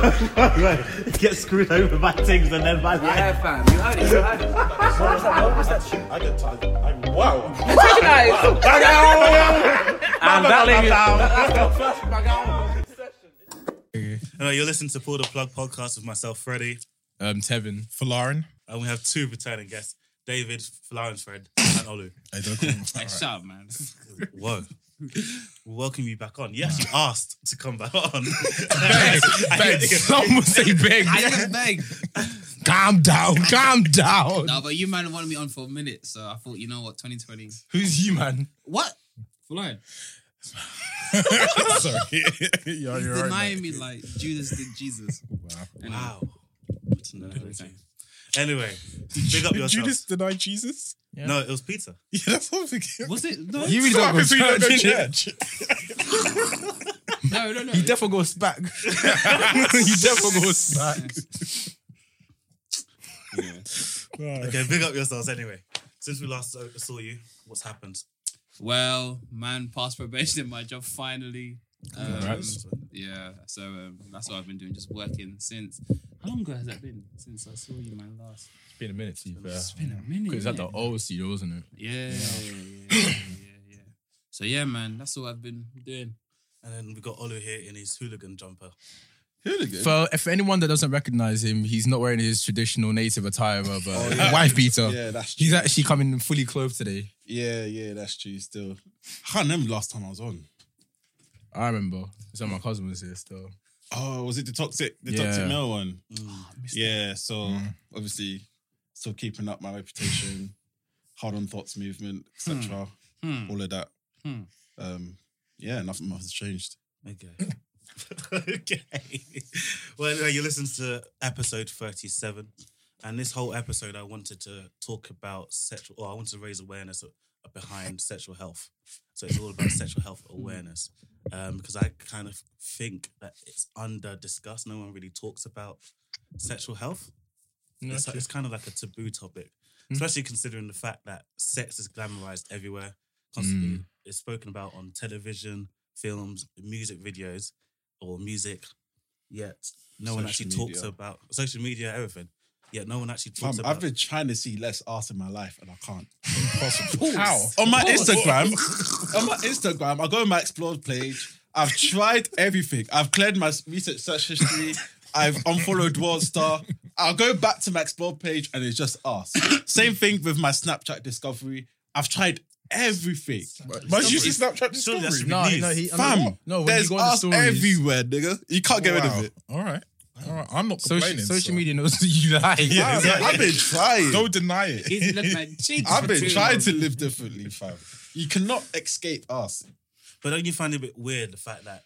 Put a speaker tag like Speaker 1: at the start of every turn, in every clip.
Speaker 1: Get screwed over by things and then by life.
Speaker 2: Yeah, fam. You heard it. You heard it.
Speaker 3: What was that? What was that shit? I get tired. I'm wow.
Speaker 2: Guys.
Speaker 1: And that
Speaker 4: Hello, you're listening to Pull the Plug podcast with myself, Freddie,
Speaker 5: Um, Tevin.
Speaker 6: For Lauren.
Speaker 4: and we have two returning guests, David, Flower and Fred, and Olu.
Speaker 6: I don't know.
Speaker 5: Shut up, man.
Speaker 4: Whoa. We welcome you back on. You actually asked to come back on.
Speaker 5: Beg,
Speaker 4: I
Speaker 5: beg.
Speaker 4: didn't-
Speaker 5: Someone say beg.
Speaker 7: I didn't beg.
Speaker 5: Calm down, calm down.
Speaker 7: No, but you man wanted me on for a minute, so I thought, you know what, 2020.
Speaker 5: Who's you, man?
Speaker 7: What? Flying.
Speaker 6: Sorry. yeah, you're right,
Speaker 7: Denying
Speaker 6: mate.
Speaker 7: me like Judas did Jesus.
Speaker 6: Wow.
Speaker 4: Wow.
Speaker 7: No, okay.
Speaker 4: Anyway, big up
Speaker 6: Did
Speaker 4: yourself.
Speaker 6: Judas deny Jesus?
Speaker 4: No, it was Peter.
Speaker 6: Yeah, that's what I'm thinking.
Speaker 7: Was it? No.
Speaker 5: You really don't go
Speaker 6: If we don't
Speaker 5: church,
Speaker 6: go
Speaker 5: innit?
Speaker 6: church.
Speaker 7: no, no, no.
Speaker 5: You definitely go back. you definitely go back.
Speaker 6: Right.
Speaker 4: Okay, big up yourselves anyway. Since we last saw- saw you, what's happened?
Speaker 7: well, man passed probation in my job finally. Um,
Speaker 5: Congrats.
Speaker 7: Yeah, so um, that's what I've been doing, just working since. How long ago has that been since I saw you, man, last?
Speaker 5: It's been a minute, to be
Speaker 7: It's been a minute.
Speaker 5: Because that the
Speaker 7: innit?
Speaker 5: old studio, wasn't it?
Speaker 7: Yeah, yeah, yeah, yeah, yeah. So yeah, man, that's all I've been doing.
Speaker 4: And then we got Olu here in his hooligan jumper.
Speaker 5: For if anyone that doesn't recognize him, he's not wearing his traditional native attire of uh, wife beater.
Speaker 6: Yeah, that's true.
Speaker 5: He's actually coming fully clothed today.
Speaker 6: Yeah, yeah, that's true. Still, I can't remember last time I was on.
Speaker 5: I remember. So my cousin was here still.
Speaker 6: Oh, was it the toxic, the
Speaker 5: Yeah.
Speaker 6: toxic male one?
Speaker 7: Oh, I missed it.
Speaker 6: Yeah. So
Speaker 5: Mm.
Speaker 6: obviously, still keeping up my reputation, hard on thoughts movement, etc.
Speaker 7: Hmm.
Speaker 6: All of that.
Speaker 7: Hmm.
Speaker 6: Um, yeah, nothing much has changed.
Speaker 4: Okay. okay. Well, anyway, you listened to episode 37. And this whole episode, I wanted to talk about sexual, or I wanted to raise awareness of- behind sexual health. So it's all about sexual health awareness. Um, because I kind of think that it's under discussed. No one really talks about sexual health. It's, it's kind of like a taboo topic,
Speaker 6: Hmm.
Speaker 4: especially considering the fact that sex is glamorized everywhere. Constantly,
Speaker 6: Mm.
Speaker 4: it's spoken about on television, films, music videos, or music. Yet no one
Speaker 6: Social
Speaker 4: actually talks
Speaker 6: media.
Speaker 4: about social media, everything. Yet no one actually talks
Speaker 6: Fam,
Speaker 4: about.
Speaker 6: I've been trying to see less ass in my life, and I can't.
Speaker 5: How?
Speaker 6: on my Instagram, on my Instagram, I go on my explored page. I've tried everything. I've cleared my research search history. I've unfollowed World Star. I'll go back to my explore page and it's just us. Same thing with my Snapchat discovery. I've tried everything. But you see Snapchat
Speaker 4: Surely that should be
Speaker 5: No,
Speaker 4: news.
Speaker 5: no, he,
Speaker 6: Fam,
Speaker 5: no, when you
Speaker 6: there's
Speaker 5: go on the
Speaker 6: us
Speaker 5: stories,
Speaker 6: everywhere, nigga. You can't
Speaker 5: Wow.
Speaker 6: get rid of it.
Speaker 5: All right.
Speaker 6: All right,
Speaker 5: I'm not Social,
Speaker 6: complaining,
Speaker 5: social
Speaker 6: so-
Speaker 5: media knows that you lie.
Speaker 6: Fam, I've been trying.
Speaker 5: Don't deny it.
Speaker 7: He's left my cheeks.
Speaker 6: I've
Speaker 7: for
Speaker 6: been
Speaker 7: too
Speaker 6: trying
Speaker 7: long.
Speaker 6: to live differently, fam. You cannot escape us.
Speaker 4: But don't you find it a bit weird the fact that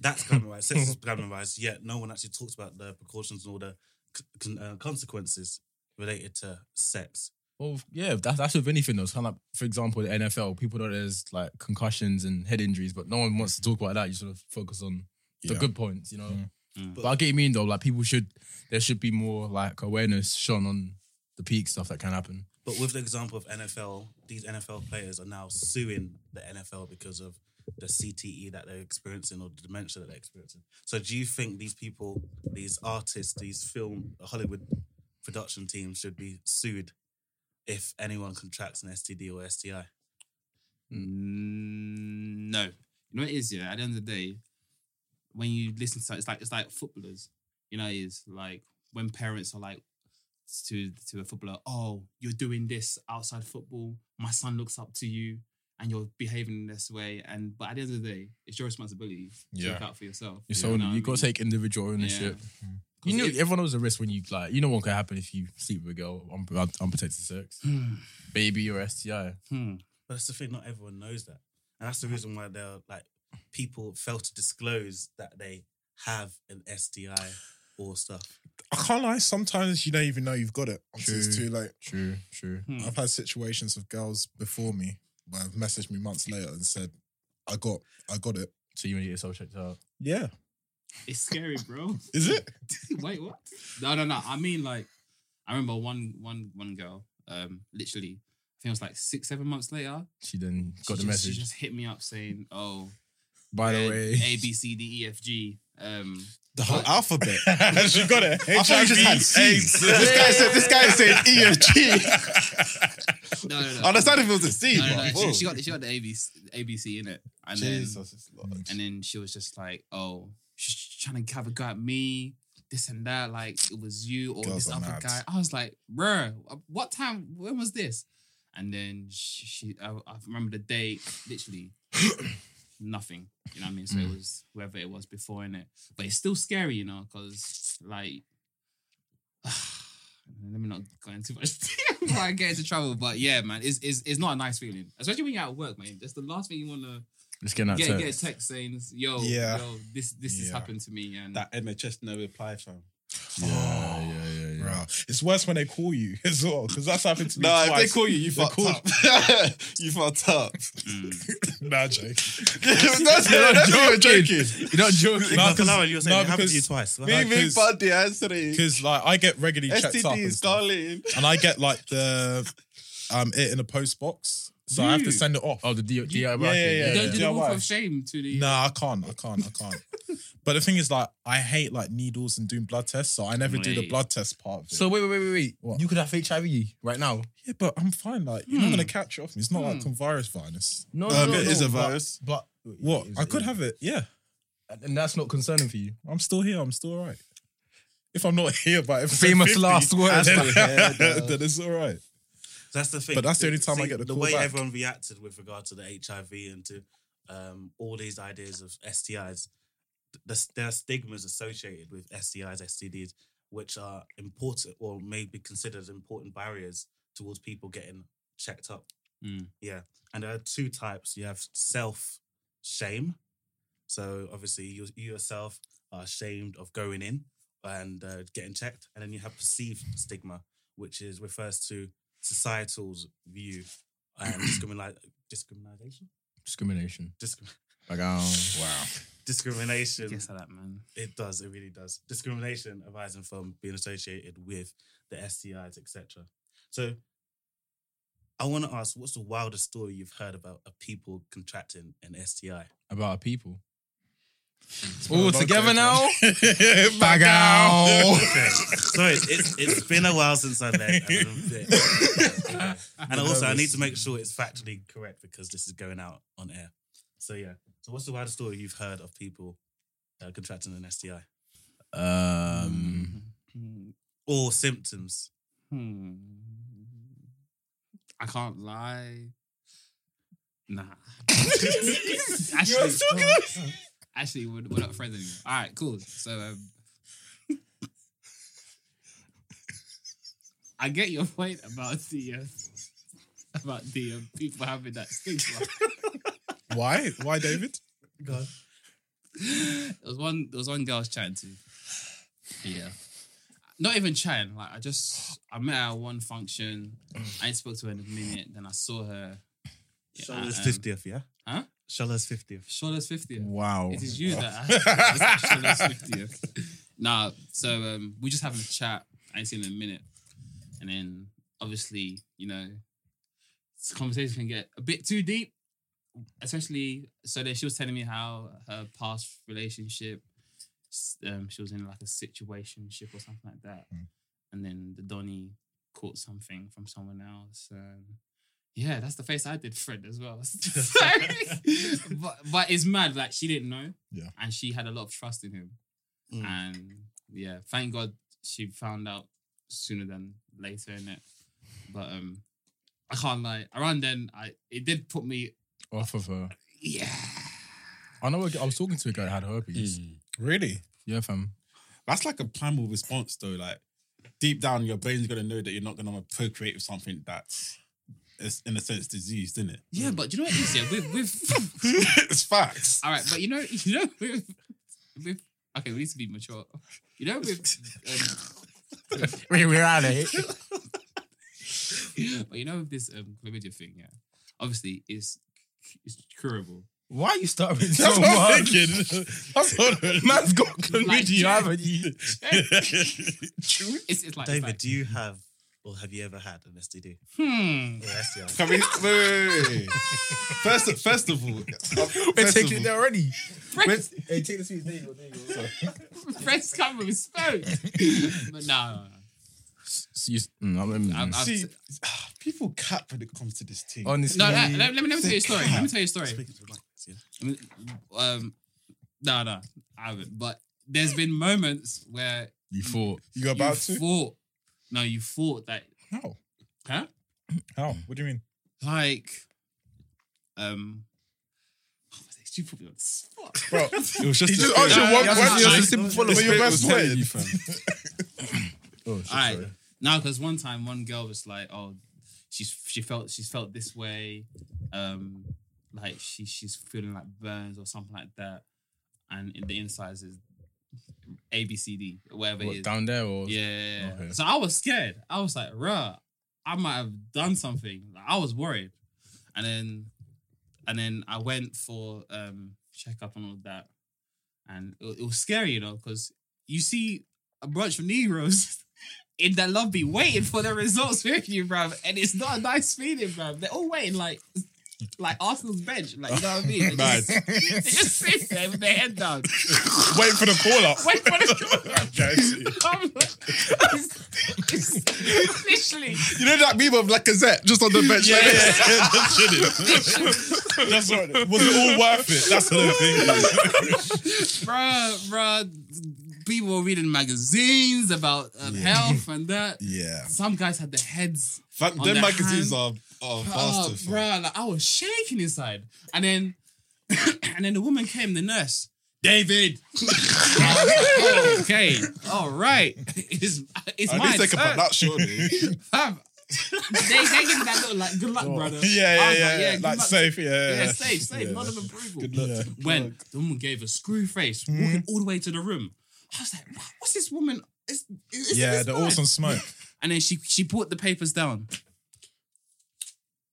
Speaker 4: that's glamorized, sex is glamorized, yet no one actually talks about the precautions and all the c- con- uh, consequences related to sex?
Speaker 5: Well, yeah, that's that's with anything though. It's kind of like, for example, the NFL. People know there's like concussions and head injuries, but no one wants to talk about that. You sort of focus on the
Speaker 6: Yeah.
Speaker 5: good points, you know.
Speaker 7: Mm.
Speaker 5: But I get what you mean though. Like people should, there should be more like awareness shown on the peak stuff that can happen.
Speaker 4: But with the example of NFL, these NFL players are now suing the NFL because of the CTE that they're experiencing or the dementia that they're experiencing. So do you think these people, these artists, these film Hollywood production teams should be sued if anyone contracts an STD or STI?
Speaker 7: Mm, no. You know what it is, yeah? At the end of the day, when you listen to it's like it's like footballers. You know, it is like when parents are like to to a footballer, oh, you're doing this outside football, my son looks up to you and you're behaving this way. And but at the end of the day, it's your responsibility to
Speaker 6: Yeah.
Speaker 7: look out for yourself.
Speaker 5: You're
Speaker 7: know
Speaker 5: so
Speaker 7: what I
Speaker 5: you got
Speaker 7: mean?
Speaker 5: to take individual ownership. Mm. You know,
Speaker 7: Because
Speaker 5: everyone knows the risk when you like. You know what could happen if you sleep with a girl un- un- unprotected sex, baby or STI.
Speaker 7: Hmm.
Speaker 4: But that's the thing, not everyone knows that. And that's the reason why they're like people fail to disclose that they have an STI or stuff.
Speaker 8: I can't lie. Sometimes you don't even know you've got it until it's
Speaker 5: True.
Speaker 8: too late.
Speaker 5: True, true.
Speaker 7: Hmm.
Speaker 8: I've had situations with girls before me where have messaged me months later and said, "I got, I got it."
Speaker 5: So you want to get yourself checked out?
Speaker 8: Yeah,
Speaker 7: It's scary, bro.
Speaker 8: is it?
Speaker 7: Wait, what? No, no, no. I mean, like, I remember one, one, one girl. Um, literally, I think it was like six, seven months later.
Speaker 5: She then got
Speaker 7: she
Speaker 5: the
Speaker 7: just,
Speaker 5: message.
Speaker 7: She just hit me up saying, "Oh,
Speaker 5: By the
Speaker 7: uh,
Speaker 5: way,
Speaker 7: A B C D E F G Um,
Speaker 6: The whole alphabet.
Speaker 1: and she got it.
Speaker 8: I thought you just had seeds. this guy said this guy said E F G.
Speaker 7: no, no, no.
Speaker 5: Oh,
Speaker 8: I understand if it was a C,
Speaker 7: No, no, no.
Speaker 8: but
Speaker 7: She,
Speaker 8: whoa.
Speaker 7: she got she got the ABC, ABC in it, and then
Speaker 6: Jesus, it's Lord.
Speaker 7: and then she was just like, oh, she's trying to have a go at me, this and that. Like it was you or
Speaker 8: Girls
Speaker 7: this
Speaker 8: are
Speaker 7: other
Speaker 8: mad.
Speaker 7: guy. I was like, bruh, uh, what time? When was this? And then she, she I, I remember the date. Literally, nothing. You know what I mean? So
Speaker 8: Mm.
Speaker 7: it was whoever it was before in it, but it's still scary, you know, because like. Let me not go into too much before I get into trouble. But yeah, man, it's, it's it's not a nice feeling, especially when you're at work, man. That's the last thing you want to
Speaker 5: Let's get that
Speaker 7: yeah,
Speaker 5: text.
Speaker 7: get a text saying, "Yo,
Speaker 6: Yeah.
Speaker 7: yo, this this has
Speaker 8: Yeah.
Speaker 7: happened to me," and
Speaker 6: That MHS no reply fam.
Speaker 5: Yeah, yeah, yeah, yeah.
Speaker 8: Bruh, It's worse when they call you as well, because that's happened to me
Speaker 6: Nah, if they
Speaker 8: twice.
Speaker 6: call you, you fucked
Speaker 8: called-
Speaker 6: up. you fucked up.
Speaker 8: nah, Jake.
Speaker 6: that's that's not joking.
Speaker 5: You're not joking.
Speaker 4: No,
Speaker 8: No,
Speaker 4: because
Speaker 8: 'cause-
Speaker 4: you were saying
Speaker 8: no,
Speaker 4: it happened to
Speaker 8: because-
Speaker 4: you twice.
Speaker 6: Me, me,
Speaker 8: Because-
Speaker 6: buddy, answering.
Speaker 8: Because like I get regularly checked
Speaker 6: STD
Speaker 8: up, and,
Speaker 6: is
Speaker 8: stuff,
Speaker 6: calling.
Speaker 8: and I get like the um it in the post box, so I have to send it off.
Speaker 5: Oh, the D- DIY.
Speaker 8: yeah, yeah,
Speaker 5: thing.
Speaker 8: yeah.
Speaker 7: you don't do
Speaker 8: Yeah,
Speaker 7: the wolf
Speaker 8: why?
Speaker 7: of shame to the.
Speaker 8: No, I can't. I can't. I can't. but the thing is, like, I hate like needles and doing blood tests, so I never do the
Speaker 7: Wait.
Speaker 8: blood test part of it.
Speaker 5: So wait, wait, wait, wait, wait.
Speaker 8: What?
Speaker 5: You could have HIV right now.
Speaker 8: yeah, but I'm fine. Like, you're not gonna
Speaker 5: Hmm.
Speaker 8: catch it off me. It's not like some virus virus.
Speaker 5: Oh, No,
Speaker 6: Um, it is a virus.
Speaker 5: But
Speaker 8: What?
Speaker 5: Is
Speaker 8: I
Speaker 5: it-
Speaker 8: could have it. Yeah,
Speaker 5: and that's not concerning for you.
Speaker 8: I'm still here. I'm still alright. If I'm not here, but if
Speaker 5: Famous last words.
Speaker 8: then,
Speaker 6: Yeah,
Speaker 8: then it's all right.
Speaker 4: That's the thing.
Speaker 8: But that's the only time I
Speaker 4: See,
Speaker 8: get the
Speaker 4: The
Speaker 8: call
Speaker 4: way
Speaker 8: back.
Speaker 4: everyone reacted with regard to the HIV and to um, all these ideas of STIs, th- the, there are stigmas associated with STIs, STDs, which are important or may be considered as important barriers towards people getting checked up.
Speaker 7: Mm.
Speaker 4: Yeah. And there are two types. You have self shame. So obviously, you, you yourself are ashamed of going in and uh, getting checked. And then you have perceived stigma, which is refers to societal's view and discrimination, discrimination,
Speaker 5: Discrimination.
Speaker 4: Discrim-
Speaker 5: Like, oh, wow.
Speaker 4: discrimination.
Speaker 7: Guess that, man.
Speaker 4: It does. It really does. Discrimination arising from being associated with the STIs, etc. So, I want to ask, what's the wildest story you've heard about of people contracting an STI?
Speaker 5: About our people.
Speaker 8: been a
Speaker 5: All
Speaker 8: long
Speaker 5: together
Speaker 8: time,
Speaker 5: now.
Speaker 8: Back out.
Speaker 4: Okay. Sorry, it's, it's been a while since I left. and I'm fit. Okay. And also, I need to make sure it's factually correct because this is going out on air. So, yeah. So, what's the wildest story you've heard of people uh, contracting an STI
Speaker 5: Um,
Speaker 7: Hmm.
Speaker 4: or symptoms?
Speaker 7: Hmm. I can't lie. Nah. actually, actually, we're, we're not friends anymore. All right, cool. So, um, I get your point about the uh, about the uh, people having that stigma.
Speaker 8: Why? Why, David?
Speaker 7: there was one there was one girl I was chatting to. Yeah. Not even chatting, like I just I met her at one function, I ain't spoke to her in a minute, then I saw her. Yeah,
Speaker 4: Shola's
Speaker 7: um,
Speaker 4: 50th, yeah?
Speaker 7: Huh?
Speaker 4: Shola's 50th.
Speaker 7: Shola's 50th.
Speaker 8: Wow.
Speaker 7: It is you that Shola's 50th. Nah, so um we just having a chat. I ain't seen her in a minute. And then obviously, you know, this conversation can get a bit too deep. Especially so that she was telling me how her past relationship s- um, she was in like a situationship or something like that. And then the Donny caught something from someone else. And yeah, that's the face I did Fred as well. but, but it's mad, like she didn't know.
Speaker 8: Yeah.
Speaker 7: And she had a lot of trust in him.
Speaker 4: Mm.
Speaker 7: And yeah, thank God she found out sooner than later in it. But um I can't lie. Around then I it did put me
Speaker 5: off of her.
Speaker 7: yeah.
Speaker 5: I know. I was talking to a guy that had
Speaker 8: Mm.
Speaker 5: herpes.
Speaker 8: Really?
Speaker 5: Yeah, fam.
Speaker 6: Mm. That's like a primal response, though. Like deep down, your brain's gonna know that you're not gonna want to procreate with something that's, it's, in a sense, diseased, isn't it?
Speaker 7: Yeah, but do you know what it is? Yeah, with with
Speaker 6: it's facts.
Speaker 7: All right, but you know, you know, with, with okay, we need to be mature. You know, with
Speaker 5: Wait, we're at it.
Speaker 7: um, but you know, with this um, chlamydia thing, yeah, obviously it's it's curable.
Speaker 5: Why are you starting with
Speaker 8: That's
Speaker 5: so
Speaker 8: what I'm
Speaker 5: much?
Speaker 8: thinking. That's what
Speaker 5: Man's got
Speaker 7: Like,
Speaker 5: chlamydia, haven't you?
Speaker 7: It's, it's like, it's
Speaker 4: David,
Speaker 7: like-
Speaker 4: do you have or have you ever had an STD?
Speaker 7: Hmm.
Speaker 4: Yeah, that's the answer.
Speaker 6: Can we? Wait, wait, wait, wait. First, first of all, uh,
Speaker 8: We're
Speaker 6: first of
Speaker 8: taking it
Speaker 6: all,
Speaker 8: there already.
Speaker 7: Fred's,
Speaker 5: Hey, take the sweet. There you go. There you go.
Speaker 7: Fred's coming with smoke. but no,
Speaker 5: mm, I'm- I'm-
Speaker 7: I'm-
Speaker 6: see, ah, people cap when it comes to this thing.
Speaker 5: honestly,
Speaker 7: no, no. no, let, let me, let me tell you a story. Let me tell you a story.
Speaker 4: Speaking to the mic, yeah.
Speaker 7: Um, no, no, I haven't. But there's been moments where
Speaker 5: you thought.
Speaker 8: You about
Speaker 7: you
Speaker 8: to?
Speaker 7: thought, no, you thought that,
Speaker 8: How?
Speaker 7: huh?
Speaker 8: How? What do you mean?
Speaker 7: Like, um, oh, you put me on the spot.
Speaker 8: Bro,
Speaker 6: It was just
Speaker 8: he
Speaker 6: a
Speaker 8: just
Speaker 6: thing.
Speaker 8: asked you
Speaker 7: Yeah,
Speaker 8: one
Speaker 7: yeah,
Speaker 8: question.
Speaker 7: yeah.
Speaker 8: It's a simple follow-up.
Speaker 6: This
Speaker 8: But you
Speaker 6: bit
Speaker 8: best
Speaker 6: was telling
Speaker 8: sweat.
Speaker 6: you, fam.
Speaker 5: Oh, shit,
Speaker 7: All right.
Speaker 5: sorry.
Speaker 7: No, because one time one girl was like, "Oh, she's she felt she's felt this way, um, like she she's feeling like burns or something like that, and in the insides is A B C D, whatever it
Speaker 5: What,
Speaker 7: is."
Speaker 5: down there or
Speaker 7: yeah, yeah, yeah.
Speaker 5: Okay.
Speaker 7: So I was scared. I was like, "Bruh, I might have done something." Like, I was worried, and then and then I went for um checkup and all that, and it, it was scary, you know, because you see a bunch of Negroes in that lobby waiting for the results with you, bruv. And it's not a nice feeling, bruv. They're all waiting like like Arsenal's bench. Like, you know what I mean? They just, they just sit there with their head down.
Speaker 8: Wait for the call up.
Speaker 7: Wait for the
Speaker 8: Okay, I see.
Speaker 7: I'm like, it's, it's literally
Speaker 8: You know that meme of Lacazette just on the bench? like this?
Speaker 3: That's what it- Was it all worth it? That's the thing.
Speaker 7: bruh, bruh. People were reading magazines about um, health and that.
Speaker 8: Yeah.
Speaker 7: Some guys had their heads
Speaker 6: Fuck,
Speaker 7: On
Speaker 6: them
Speaker 7: the
Speaker 6: magazines
Speaker 7: hand-
Speaker 6: are are
Speaker 7: Oh,
Speaker 6: bastard. fam.
Speaker 7: bro, like I was shaking inside, and then and then the woman came, the nurse, David. I was like, okay, all right, it's it's
Speaker 6: At
Speaker 7: my
Speaker 6: least they can put
Speaker 7: turn.
Speaker 6: that short. dude.
Speaker 7: Fam, they they give me that look like good luck,
Speaker 8: Oh.
Speaker 7: brother. I
Speaker 3: Yeah, yeah,
Speaker 7: was
Speaker 3: yeah.
Speaker 7: good
Speaker 3: like
Speaker 7: luck.
Speaker 3: safe, yeah.
Speaker 7: Yeah, safe, safe, none of approval.
Speaker 6: Good luck.
Speaker 8: Yeah. Hmm.
Speaker 6: to the
Speaker 7: When
Speaker 6: plug.
Speaker 7: the woman gave a screw face, walking all the way to the room, I was like, "What- "What's this woman?" Is, is
Speaker 8: Yeah,
Speaker 7: this
Speaker 8: the
Speaker 7: man?"
Speaker 8: awesome smoke.
Speaker 7: And then she she put the papers down.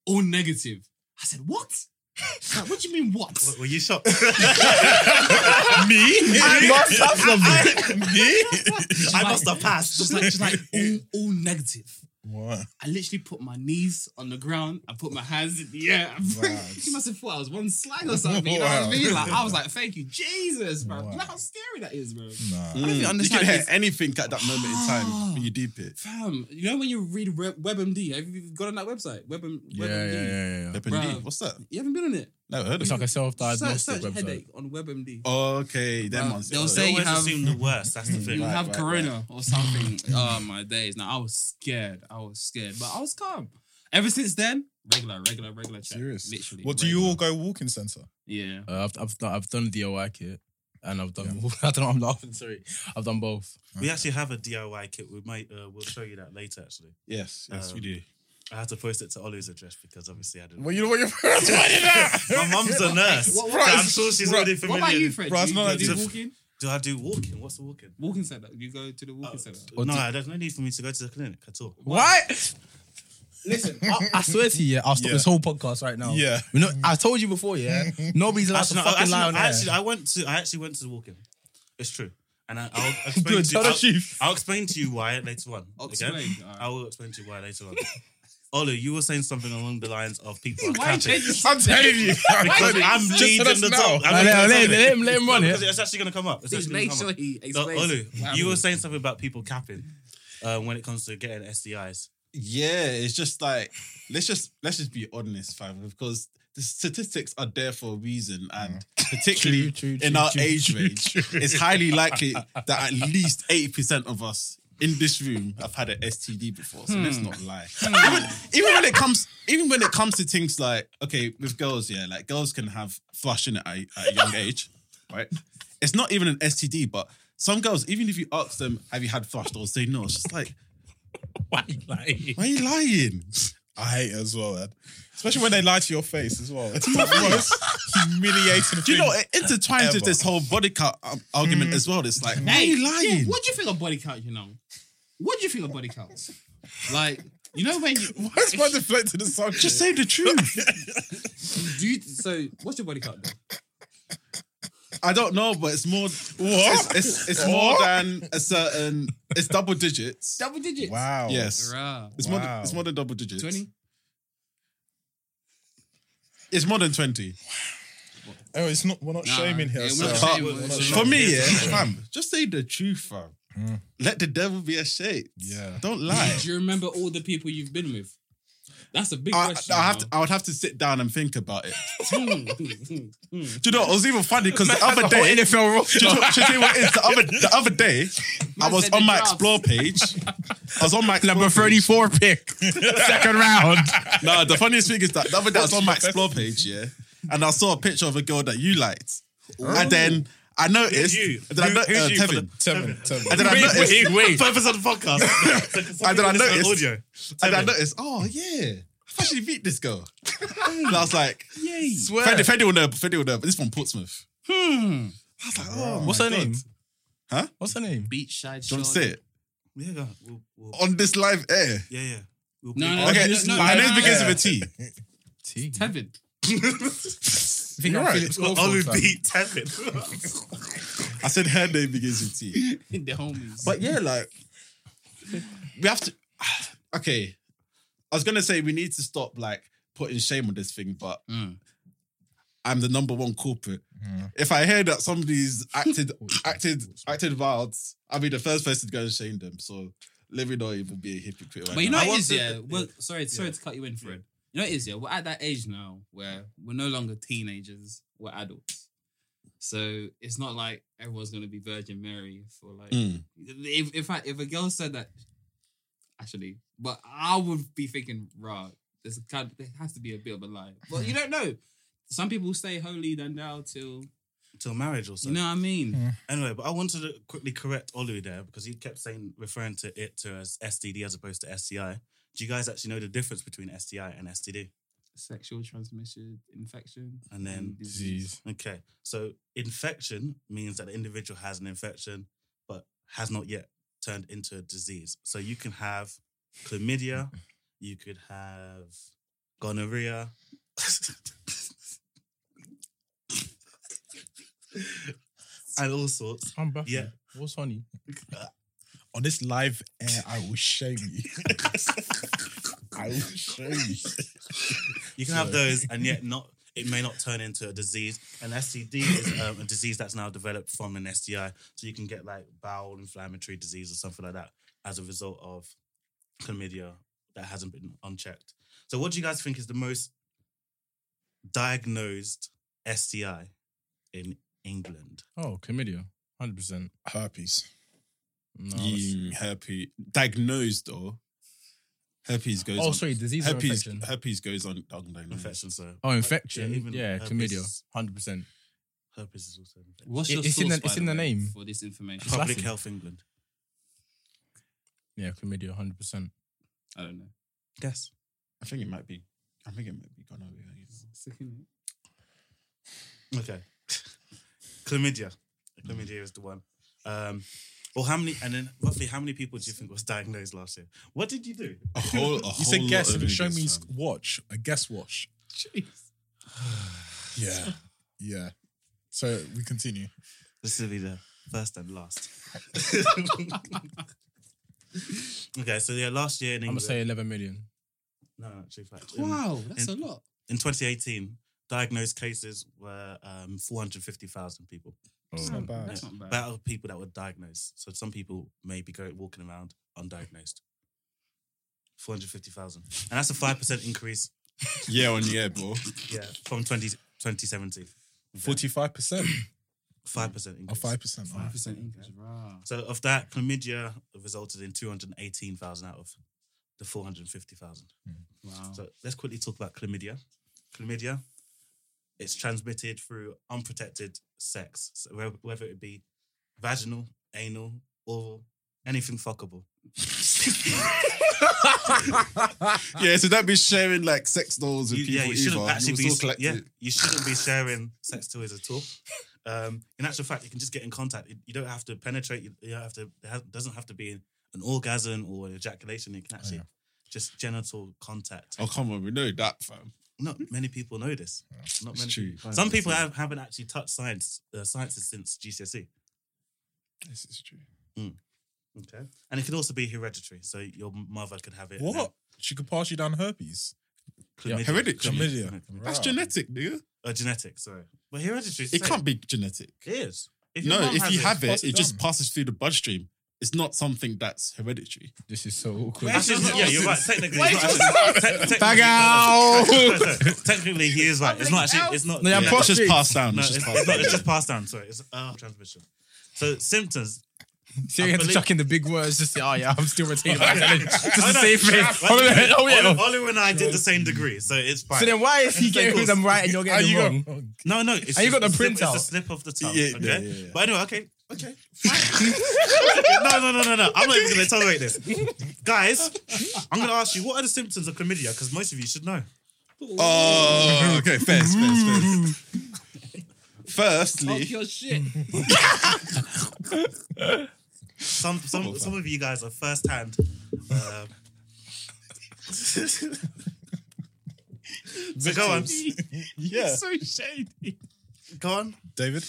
Speaker 7: All negative. I said, what? She's like, what do you mean what?
Speaker 4: Were- Were you shocked?
Speaker 8: Me? I must have something. Me?
Speaker 7: She's
Speaker 4: I
Speaker 7: like-
Speaker 4: must have passed.
Speaker 7: She's like, she's like all, all negative.
Speaker 8: What?
Speaker 7: I literally put my knees on the ground. I put my hands in the air. I'm pretty- She must have thought I was one slag or something. You know what I
Speaker 8: Wow.
Speaker 7: mean? Like, I was like, thank you, Jesus, bro.
Speaker 8: Wow. Hmm.
Speaker 7: Look how scary that is, bro.
Speaker 8: Nah.
Speaker 6: Mm. You,
Speaker 7: understand
Speaker 6: can hear
Speaker 7: this-
Speaker 6: anything at that moment in time when you deep it.
Speaker 7: Fam, you know when you read Re- WebMD, have you gone on that website? WebM,
Speaker 5: yeah, yeah,
Speaker 7: WebMD.
Speaker 5: yeah, yeah, yeah.
Speaker 6: Open
Speaker 7: Bruh.
Speaker 6: D. What's that?
Speaker 7: You haven't been on it?
Speaker 6: Never heard of
Speaker 5: It's
Speaker 6: it.
Speaker 5: like a
Speaker 7: Search,
Speaker 5: self-diagnostic
Speaker 7: search
Speaker 5: website.
Speaker 7: headache on WebMD.
Speaker 6: Oh, Okay, them
Speaker 7: Bruh,
Speaker 6: ones.
Speaker 7: they'll
Speaker 4: They
Speaker 7: say- you
Speaker 4: always
Speaker 7: have-
Speaker 4: assume the worst. That's the thing.
Speaker 7: you
Speaker 6: Right,
Speaker 7: have
Speaker 6: right,
Speaker 7: corona or something. oh my days! Now I was scared. I was scared, but I was calm. Ever since then, regular, regular, regular check.
Speaker 8: Serious.
Speaker 7: Literally.
Speaker 8: What do you all go walking centre?
Speaker 7: Yeah.
Speaker 5: Uh, I've, I've, done- I've done DIY kit and I've done. I don't know. I'm laughing. Sorry, I've done both.
Speaker 4: We actually have a DIY kit. We might uh, we'll show you that later. Actually,
Speaker 6: yes, yes, we
Speaker 4: Um,
Speaker 6: do.
Speaker 4: I had to post it to Olu's address because obviously I didn't.
Speaker 8: Well, you know what your parents wanted out.
Speaker 4: My mum's a nurse,
Speaker 7: What-
Speaker 4: so
Speaker 7: what-
Speaker 4: I'm sure she's already
Speaker 7: What
Speaker 4: familiar.
Speaker 7: about you, Fred?
Speaker 6: Bruh,
Speaker 7: Do
Speaker 6: it's
Speaker 7: you,
Speaker 6: not
Speaker 7: do you
Speaker 4: like this-
Speaker 7: walking?
Speaker 4: Do I do walking? What's the walking?
Speaker 7: Walking centre. You go to the walking centre.
Speaker 5: Or
Speaker 4: no,
Speaker 5: do-
Speaker 4: there's no need for me to go to the clinic at all.
Speaker 5: What? Listen, I, I swear to you, I'll stop
Speaker 8: Yeah.
Speaker 5: this whole podcast right now.
Speaker 8: Yeah.
Speaker 5: you know, I told you before. Yeah, nobody's allowed
Speaker 4: Actually,
Speaker 5: to
Speaker 4: no,
Speaker 5: fucking
Speaker 4: actually,
Speaker 5: lie on
Speaker 4: no,
Speaker 5: air.
Speaker 4: actually, I went to. I actually went to the walking. It's true, and I, I'll explain
Speaker 5: Good,
Speaker 4: to you.
Speaker 5: tell the
Speaker 4: I'll-
Speaker 5: chief.
Speaker 4: I'll explain to you why later on. okay?
Speaker 7: Explain, alright.
Speaker 4: I will explain to you why later on. Olu, you were saying something along the lines of people are
Speaker 7: Why
Speaker 4: capping.
Speaker 7: you change your
Speaker 8: I'm telling you.
Speaker 4: Because
Speaker 7: you
Speaker 4: I'm
Speaker 7: just
Speaker 4: leading the
Speaker 8: now?
Speaker 4: talk. I'm leading
Speaker 5: Like, let,
Speaker 4: the
Speaker 5: let,
Speaker 4: topic.
Speaker 5: let him, let him run
Speaker 4: Because
Speaker 5: it.
Speaker 4: it's actually going to come up. It's
Speaker 7: Please
Speaker 4: actually
Speaker 7: make
Speaker 4: gonna come
Speaker 7: sure
Speaker 4: up.
Speaker 7: he
Speaker 4: So,
Speaker 7: explains.
Speaker 4: Uh, Olu,
Speaker 7: what
Speaker 4: you were
Speaker 7: happened.
Speaker 4: saying something about people capping uh, when it comes to getting STIs.
Speaker 6: Yeah, it's just like let's just let's just be honest, fam, because the statistics are there for a reason, and particularly
Speaker 5: True, true,
Speaker 6: in
Speaker 5: true,
Speaker 6: our
Speaker 5: true,
Speaker 6: age
Speaker 5: true,
Speaker 6: range, it's highly likely that at least eighty percent of us in this room have had an STD before. So let's not lie. Even, even when it comes, even when it comes to things like okay, with girls, yeah, like girls can have thrush in it at, at a young age, right? It's not even an STD, but some girls, even if you ask them, "Have you had thrush?" they'll say no. It's just like,
Speaker 5: Why you lying?
Speaker 6: why are you lying?
Speaker 8: I hate it as well, man. Especially when they lie to your face as well. It's the most humiliating
Speaker 6: Do you
Speaker 8: thing.
Speaker 6: know it intertwines with
Speaker 8: Ever.
Speaker 6: this whole body count um, argument as well? It's like, why are you lying?
Speaker 7: yeah, what do you think of body count? You know, what do you think of body counts? Like, you know when you
Speaker 8: What's my deflect to the subject?
Speaker 6: Just say the truth.
Speaker 7: do you, so. What's your body count? Then?
Speaker 6: I don't know, but it's more. It's, it's, it's more than a certain. It's double digits.
Speaker 7: Double digits.
Speaker 8: Wow.
Speaker 6: Yes,
Speaker 7: Rah.
Speaker 6: it's more.
Speaker 8: Wow.
Speaker 6: Than, it's more than double digits.
Speaker 7: 20?
Speaker 6: It's more than twenty.
Speaker 8: Oh, it's not. We're not
Speaker 7: Nah,
Speaker 8: shaming here.
Speaker 7: yeah, we're
Speaker 8: so.
Speaker 7: not
Speaker 6: shaming,
Speaker 8: We're
Speaker 7: we're
Speaker 8: not
Speaker 7: not
Speaker 8: shaming.
Speaker 6: For me, yeah, fam. Just say the truth, fam.
Speaker 8: Mm.
Speaker 6: Let the devil be ashamed.
Speaker 8: Yeah.
Speaker 6: Don't lie.
Speaker 7: Do you remember all the people you've been with? That's a big
Speaker 6: I,
Speaker 7: question.
Speaker 6: I have to, I would have to sit down and think about it.
Speaker 7: to.
Speaker 6: Do you know? It was even funny because the other day,
Speaker 5: NFL roster.
Speaker 6: Do you know- should I tell you what it is? The other, the other day, I
Speaker 7: Man
Speaker 6: was
Speaker 7: said
Speaker 6: on
Speaker 7: the
Speaker 6: my
Speaker 7: drafts.
Speaker 6: explore page. I was on my
Speaker 5: Number 34 pick, second round.
Speaker 6: No, the funniest thing is that the other day I was on my explore page, yeah, and I saw a picture of a girl that you liked, and then I noticed,
Speaker 4: Oh. you?
Speaker 6: and then I
Speaker 4: Who-
Speaker 6: no-
Speaker 4: who's
Speaker 6: uh,
Speaker 4: you for
Speaker 6: Tevin.
Speaker 8: Tevin, Tevin.
Speaker 6: and then I noticed,
Speaker 4: wait. Purpose of the podcast. So- so
Speaker 6: And then
Speaker 4: people
Speaker 6: I
Speaker 4: listen to
Speaker 6: noticed-
Speaker 4: audio.
Speaker 6: and then I
Speaker 4: Tevin.
Speaker 6: noticed, oh yeah, I've actually beat this girl.
Speaker 4: Hmm.
Speaker 6: and I was like,
Speaker 7: Yay.
Speaker 5: Swear.
Speaker 6: Freddie, Freddie will know, Freddie will know, but this is from Portsmouth.
Speaker 7: Hmm.
Speaker 6: I was like, oh,
Speaker 5: What's
Speaker 6: my
Speaker 5: her
Speaker 6: God.
Speaker 5: name?
Speaker 6: Huh?
Speaker 5: What's her name?
Speaker 7: Beachside.
Speaker 6: Do you want to
Speaker 7: Shore.
Speaker 6: say it
Speaker 4: Yeah, go on. We'll- we'll-
Speaker 6: on this live air?
Speaker 4: yeah, yeah. We'll-
Speaker 7: No, no,
Speaker 6: Okay,
Speaker 7: Uh, no,
Speaker 6: my
Speaker 7: no,
Speaker 6: name
Speaker 7: no,
Speaker 6: begins
Speaker 7: no.
Speaker 6: with a T.
Speaker 5: T.
Speaker 7: Tevin.
Speaker 5: I think
Speaker 6: You're
Speaker 5: I'm
Speaker 6: right.
Speaker 5: Phillips
Speaker 4: We'll
Speaker 5: Caulfield,
Speaker 4: only
Speaker 5: fam.
Speaker 4: beat Tevin.
Speaker 6: I said her name begins with T.
Speaker 7: the homies.
Speaker 6: But yeah, like we have to. Okay, I was gonna say we need to stop like putting shame on this thing, but
Speaker 7: Mm.
Speaker 6: I'm the number one culprit.
Speaker 5: Mm-hmm.
Speaker 8: Mm.
Speaker 6: If I hear that somebody's acted, acted, acted wild, I'll be the first person to go and shame them. So let me not even be a hypocrite. Right
Speaker 7: But you know
Speaker 6: now.
Speaker 7: what it
Speaker 4: want
Speaker 7: is,
Speaker 4: to-
Speaker 7: yeah. Well, sorry, sorry to cut you in, Fred. You know what it is, yeah. We're at that age now where we're no longer teenagers. We're adults. So it's not like everyone's gonna be Virgin Mary for like.
Speaker 6: Mm.
Speaker 7: If if I, if a girl said that, actually, but I would be thinking, right, there's a kind there has to be a bit of a lie. But you don't know. Some people stay holy than thou till
Speaker 4: Till marriage or something.
Speaker 7: you know what I mean.
Speaker 4: Anyway, but I wanted to quickly correct Olu there because he kept saying referring to it to as STD as opposed to STI. Do you guys actually know the difference between STI and STD?
Speaker 7: Sexual transmission infection
Speaker 4: And then
Speaker 7: Mm.
Speaker 5: Disease.
Speaker 4: Okay, so infection means that the individual has an infection but has not yet turned into a disease. So you can have chlamydia, you could have gonorrhea. And all sorts.
Speaker 5: I'm baffled.
Speaker 4: Yeah.
Speaker 5: What's funny?
Speaker 8: On this live air, I will shame you. I will shame you.
Speaker 4: You can have those, and yet not. It may not turn into a disease. An STD is um, a disease that's now developed from an STI, so you can get like bowel inflammatory disease or something like that as a result of chlamydia that hasn't been unchecked. So, what do you guys think is the most diagnosed STI in England?
Speaker 5: Oh, chlamydia. 100%.
Speaker 8: Herpes.
Speaker 5: No. it's-
Speaker 6: Mm, herpes diagnosed or herpes goes.
Speaker 5: Oh,
Speaker 6: on.
Speaker 5: sorry. Disease or
Speaker 6: herpes
Speaker 5: infection.
Speaker 6: herpes goes on undiagnosed.
Speaker 4: Infection, so
Speaker 5: Oh, infection.
Speaker 4: Yeah,
Speaker 5: Yeah,
Speaker 4: even herpes.
Speaker 5: chlamydia. 100%.
Speaker 4: herpes is also an infection.
Speaker 7: What's
Speaker 5: It-
Speaker 7: your
Speaker 5: it's in
Speaker 7: source,
Speaker 5: the- it's
Speaker 7: by
Speaker 5: in the
Speaker 7: way,
Speaker 5: name.
Speaker 7: for this information?
Speaker 5: It's
Speaker 4: Public
Speaker 5: Latin.
Speaker 4: Health England.
Speaker 5: Yeah, chlamydia. 100%.
Speaker 7: I don't know.
Speaker 4: Guess.
Speaker 6: I think it might be. I think it might be gonorrhea. You know.
Speaker 4: Okay. Chlamydia. Chlamydia is the one. Um, well, how many, and then roughly how many people do you think was diagnosed last year? What did you do?
Speaker 6: A whole, a
Speaker 8: You
Speaker 6: whole
Speaker 8: said guess
Speaker 6: lot
Speaker 8: and
Speaker 6: of
Speaker 8: you show
Speaker 6: niggas,
Speaker 8: me
Speaker 6: fam.
Speaker 8: watch, a guess watch. Yeah. Yeah. So we continue.
Speaker 4: This will be the first and last. okay, so yeah, last year in
Speaker 5: I'm going
Speaker 4: England.
Speaker 5: to say 11 million.
Speaker 4: no, actually, fact. In,
Speaker 7: Wow, that's
Speaker 4: in-
Speaker 7: a lot.
Speaker 4: in 2018, diagnosed cases were um, 450,000 people.
Speaker 7: That's
Speaker 8: not bad.
Speaker 7: That's not bad.
Speaker 4: That are people that were diagnosed. So some people may be going, walking around undiagnosed. 450,000. And that's a 5% increase
Speaker 6: Yeah, on year, bro.
Speaker 4: Yeah, from 20, 2017.
Speaker 8: 45%.
Speaker 4: 5% increase.
Speaker 8: Or 5%.
Speaker 7: Five percent increase. Wow.
Speaker 4: So of that, chlamydia resulted in 218,000 out of the 450,000.
Speaker 7: Wow.
Speaker 4: So let's quickly talk about chlamydia. Chlamydia, it's transmitted through unprotected sex, so whe- whether it be vaginal, anal, oral, anything fuckable.
Speaker 6: Yeah, so don't be sharing like sex dolls with
Speaker 4: You-
Speaker 6: people
Speaker 4: yeah, you shouldn't
Speaker 6: either.
Speaker 4: actually
Speaker 6: You'll
Speaker 4: be
Speaker 6: still collect
Speaker 4: yeah,
Speaker 6: it.
Speaker 4: you shouldn't be sharing sex toys at all. Um, in actual fact, you can just get in contact. You- You don't have to penetrate. You you don't have to. It has- doesn't have to be an orgasm or an ejaculation. You can actually just genital contact.
Speaker 6: Oh come on, we know that, fam.
Speaker 4: not many people know this. Not many.
Speaker 8: It's true.
Speaker 4: people- Some people have, haven't actually touched science uh, sciences since GCSE.
Speaker 8: This is true.
Speaker 4: Okay, and it can also be hereditary. So your mother could have it. and
Speaker 8: What? She could pass you down herpes.
Speaker 4: then chlamydia-
Speaker 8: Hereditary.
Speaker 4: chlamydia-
Speaker 8: Chlamydia.
Speaker 4: chlamydia.
Speaker 8: That's
Speaker 4: Wow.
Speaker 8: genetic, nigga.
Speaker 4: Uh, genetic. Sorry, but hereditary.
Speaker 6: It can't be genetic.
Speaker 4: It is. If your
Speaker 6: No,
Speaker 4: mum
Speaker 6: if
Speaker 4: has
Speaker 6: you have
Speaker 8: pass
Speaker 6: it,
Speaker 8: it
Speaker 6: it just
Speaker 8: down.
Speaker 6: passes through the bloodstream. It's not something that's hereditary.
Speaker 5: This is so awkward.
Speaker 4: That's just- yeah, you're right. Technically,
Speaker 7: Why
Speaker 4: it's
Speaker 7: you
Speaker 4: not actually- te-
Speaker 8: Bag
Speaker 4: technically-
Speaker 8: out.
Speaker 4: no, no, no. Technically, he is right. It's not actually. It's not.
Speaker 5: No, yeah,
Speaker 4: yeah.
Speaker 5: pro-
Speaker 6: It's just
Speaker 5: Prostate.
Speaker 6: passed down.
Speaker 4: No,
Speaker 6: It's
Speaker 4: it's, it's
Speaker 6: just passed
Speaker 4: not.
Speaker 6: down.
Speaker 4: It's just passed down. Sorry, it's uh, transmission. So symptoms.
Speaker 5: So you had to
Speaker 4: believe-
Speaker 5: chuck in the big words just say, oh yeah, I'm still retaining my talent. Just
Speaker 4: Oh,
Speaker 5: to
Speaker 4: no,
Speaker 5: save it.
Speaker 4: Shaf-
Speaker 5: Oh yeah. Oh, yeah.
Speaker 4: Olu- Olu and I did the same degree, so it's fine.
Speaker 5: So then why is he
Speaker 4: Thank
Speaker 5: getting
Speaker 4: you.
Speaker 5: them right and you're getting
Speaker 8: you
Speaker 5: them wrong?
Speaker 4: no, no, it's
Speaker 5: And
Speaker 4: just
Speaker 5: you got
Speaker 4: a
Speaker 5: the
Speaker 4: slip-
Speaker 5: printout.
Speaker 4: It's a slip of the tongue.
Speaker 6: Yeah, yeah,
Speaker 4: okay,
Speaker 6: yeah, yeah.
Speaker 4: but anyway, okay, okay, fine. no, no, no, no, no. I'm not even going to tolerate this, guys. I'm going to ask you what are the symptoms of chlamydia because most of you should know.
Speaker 6: Oh, okay. Fair, fair, fair.
Speaker 7: Fuck
Speaker 6: Firstly,
Speaker 7: your shit.
Speaker 4: Some, some, some of you guys are first-hand. Um, so go on,
Speaker 8: Yeah.
Speaker 7: so shady.
Speaker 4: go on.
Speaker 8: David?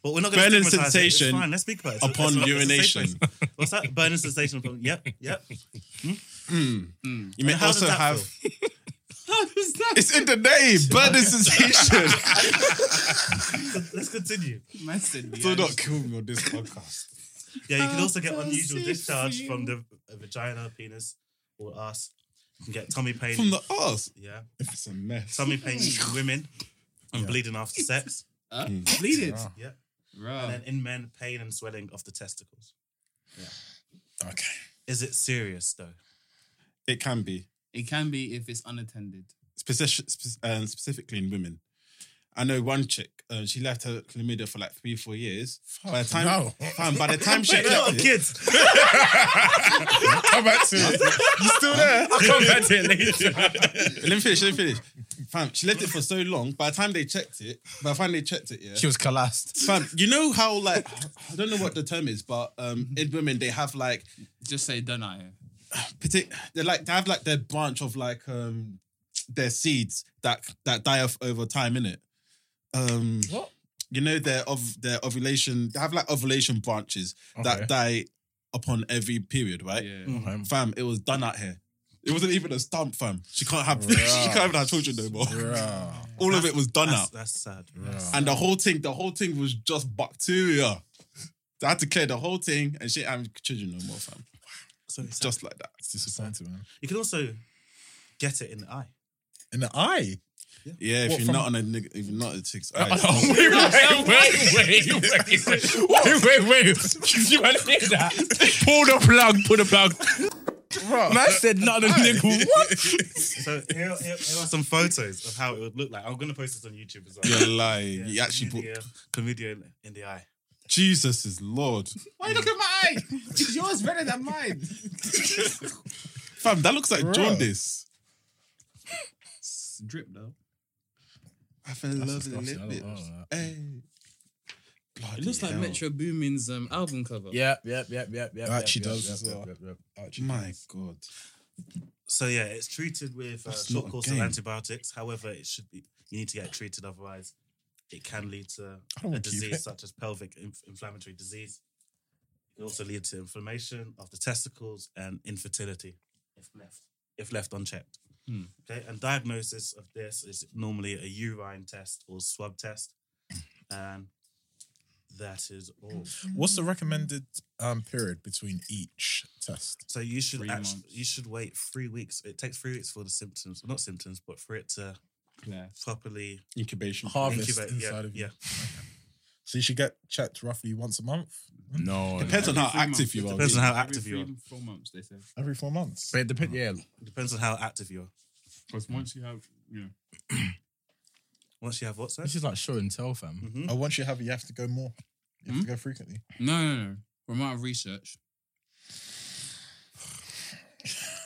Speaker 4: But we're not going to
Speaker 6: Burning
Speaker 4: stigmatize It. It's
Speaker 6: sensation
Speaker 4: fine. Let's speak about it. It's-
Speaker 6: upon
Speaker 4: it's- it's a safe
Speaker 6: urination.
Speaker 4: place. What's that? Burning sensation upon. Yep, yep.
Speaker 6: you may
Speaker 4: How does
Speaker 6: also
Speaker 4: that
Speaker 6: have.
Speaker 4: feel?
Speaker 7: How does that?
Speaker 6: It's in the name, burning sensation.
Speaker 4: Let's continue.
Speaker 7: Man said,
Speaker 8: Do
Speaker 7: yeah,
Speaker 8: not kill me on this podcast.
Speaker 4: Yeah, you can also get unusual
Speaker 7: Fancy
Speaker 4: discharge
Speaker 7: for
Speaker 4: from the uh, vagina, penis, or ass. You can get tummy pain.
Speaker 6: From the arse.
Speaker 4: yeah,
Speaker 8: If it's a mess.
Speaker 4: tummy pain in women and bleeding after sex.
Speaker 7: uh, bleeded.
Speaker 8: Ah,
Speaker 4: Yeah,
Speaker 6: Oh.
Speaker 7: Bro.
Speaker 4: and then in men, pain and swelling of the testicles.
Speaker 8: Okay.
Speaker 4: Is it serious though?
Speaker 6: It can be.
Speaker 7: It can be if it's unattended.
Speaker 6: specific, um, specifically in women. I know one chick. Uh, she left her chlamydia for like three, four years. by the time,
Speaker 8: hell.
Speaker 6: fam, by the time she
Speaker 4: Not
Speaker 6: kept
Speaker 4: on
Speaker 6: it,
Speaker 4: kids.
Speaker 8: Come back to it. You still there? I'll come back to it later.
Speaker 6: let me finish. Let me finish. Fam, she left it for so long. By the time they checked it, by the time they checked it, yeah.
Speaker 5: She was collapsed.
Speaker 6: Fam, you know how like I don't know what the term is, but um, in women they have like
Speaker 7: Just say, don't I?
Speaker 6: partic- they like they have like their branch of like um their seeds that that die off over time in it. Um,
Speaker 5: What?
Speaker 6: You know their of their ovulation. They have like ovulation branches
Speaker 5: Okay.
Speaker 6: that die upon every period, right?
Speaker 7: Yeah.
Speaker 6: Fam, it was done out here. It wasn't even a stump, fam. She can't have she can't even have children no more.
Speaker 8: Bruh.
Speaker 6: All of it was done
Speaker 4: That's,
Speaker 6: out,
Speaker 4: that's sad. That's
Speaker 6: and the whole thing, the whole thing was just bacteria. They had to clear the whole thing, and she ain't having children no more, fam.
Speaker 4: so sad.
Speaker 6: Just like that.
Speaker 8: It's disappointing, man.
Speaker 4: You can also get it in the eye.
Speaker 8: In the eye.
Speaker 6: Yeah, if
Speaker 8: What,
Speaker 6: you're
Speaker 8: from-
Speaker 6: not on a nigga, if you're not a chick's
Speaker 8: Oh,
Speaker 6: eyes.
Speaker 8: wait, wait, wait, wait, wait, wait, wait, wait. You want to hear that? Pull the plug, pull the plug.
Speaker 5: Man said not a nigga. What?
Speaker 4: So here, here, here are some photos of how it would look like. I'm going to post this on YouTube as well.
Speaker 6: You're lying. You actually put
Speaker 4: chlamydia, chlamydia in, in the eye.
Speaker 6: Jesus is Lord.
Speaker 7: Why you look at my eye? Yours better than mine.
Speaker 6: Fam, that looks like
Speaker 8: Bruh.
Speaker 6: jaundice.
Speaker 7: It's drip though.
Speaker 6: I fell in love with
Speaker 5: disgusting. I
Speaker 6: lipids.
Speaker 5: don't know
Speaker 6: Hey.
Speaker 7: It looks like
Speaker 6: hell.
Speaker 7: Metro Boomin's um, album cover.
Speaker 5: Yep, yep, yep, yep, yep.
Speaker 8: Archie
Speaker 5: yep,
Speaker 8: does
Speaker 5: yep,
Speaker 8: as
Speaker 5: yep,
Speaker 8: well.
Speaker 5: yep, yep,
Speaker 4: Oh,
Speaker 5: yep.
Speaker 6: My God.
Speaker 4: So yeah, it's treated with uh,
Speaker 6: That's
Speaker 4: short
Speaker 6: not a
Speaker 4: course of
Speaker 6: game.
Speaker 4: antibiotics. However, it should be you need to get it treated, otherwise it can lead to
Speaker 8: don't
Speaker 4: a
Speaker 8: wanna keep it.
Speaker 4: disease such as pelvic inf- inflammatory disease. It can also lead to inflammation of the testicles and infertility if left if left unchecked.
Speaker 7: Hmm.
Speaker 4: Okay, and diagnosis of this is normally a urine test or swab test, and that is all.
Speaker 8: What's the recommended um, period between each test?
Speaker 4: So you should
Speaker 7: Three
Speaker 4: actually,
Speaker 7: months.
Speaker 4: you should wait three weeks. It takes three weeks for the symptoms, well, not symptoms, but for it to
Speaker 7: Yeah.
Speaker 4: properly
Speaker 6: Incubation.
Speaker 8: Harvest
Speaker 4: Incubate, yeah,
Speaker 8: inside of you.
Speaker 4: yeah.
Speaker 8: Okay. So you should get checked roughly once a month,
Speaker 5: No.
Speaker 6: Depends on how
Speaker 7: Three
Speaker 6: active
Speaker 7: months.
Speaker 6: you are.
Speaker 4: Depends on how
Speaker 7: Every
Speaker 4: active you are.
Speaker 7: three, Four months, they say.
Speaker 8: every four months.
Speaker 5: But it depends, yeah.
Speaker 4: Depends on how active you are.
Speaker 7: Because once you have, you know,
Speaker 4: Once you have what's that?
Speaker 5: This is like show and tell, fam.
Speaker 4: Mm-hmm.
Speaker 8: And Uh, once you have it, you have to go more. You have
Speaker 4: Hmm?
Speaker 8: to go frequently.
Speaker 7: no, no, no. From our research,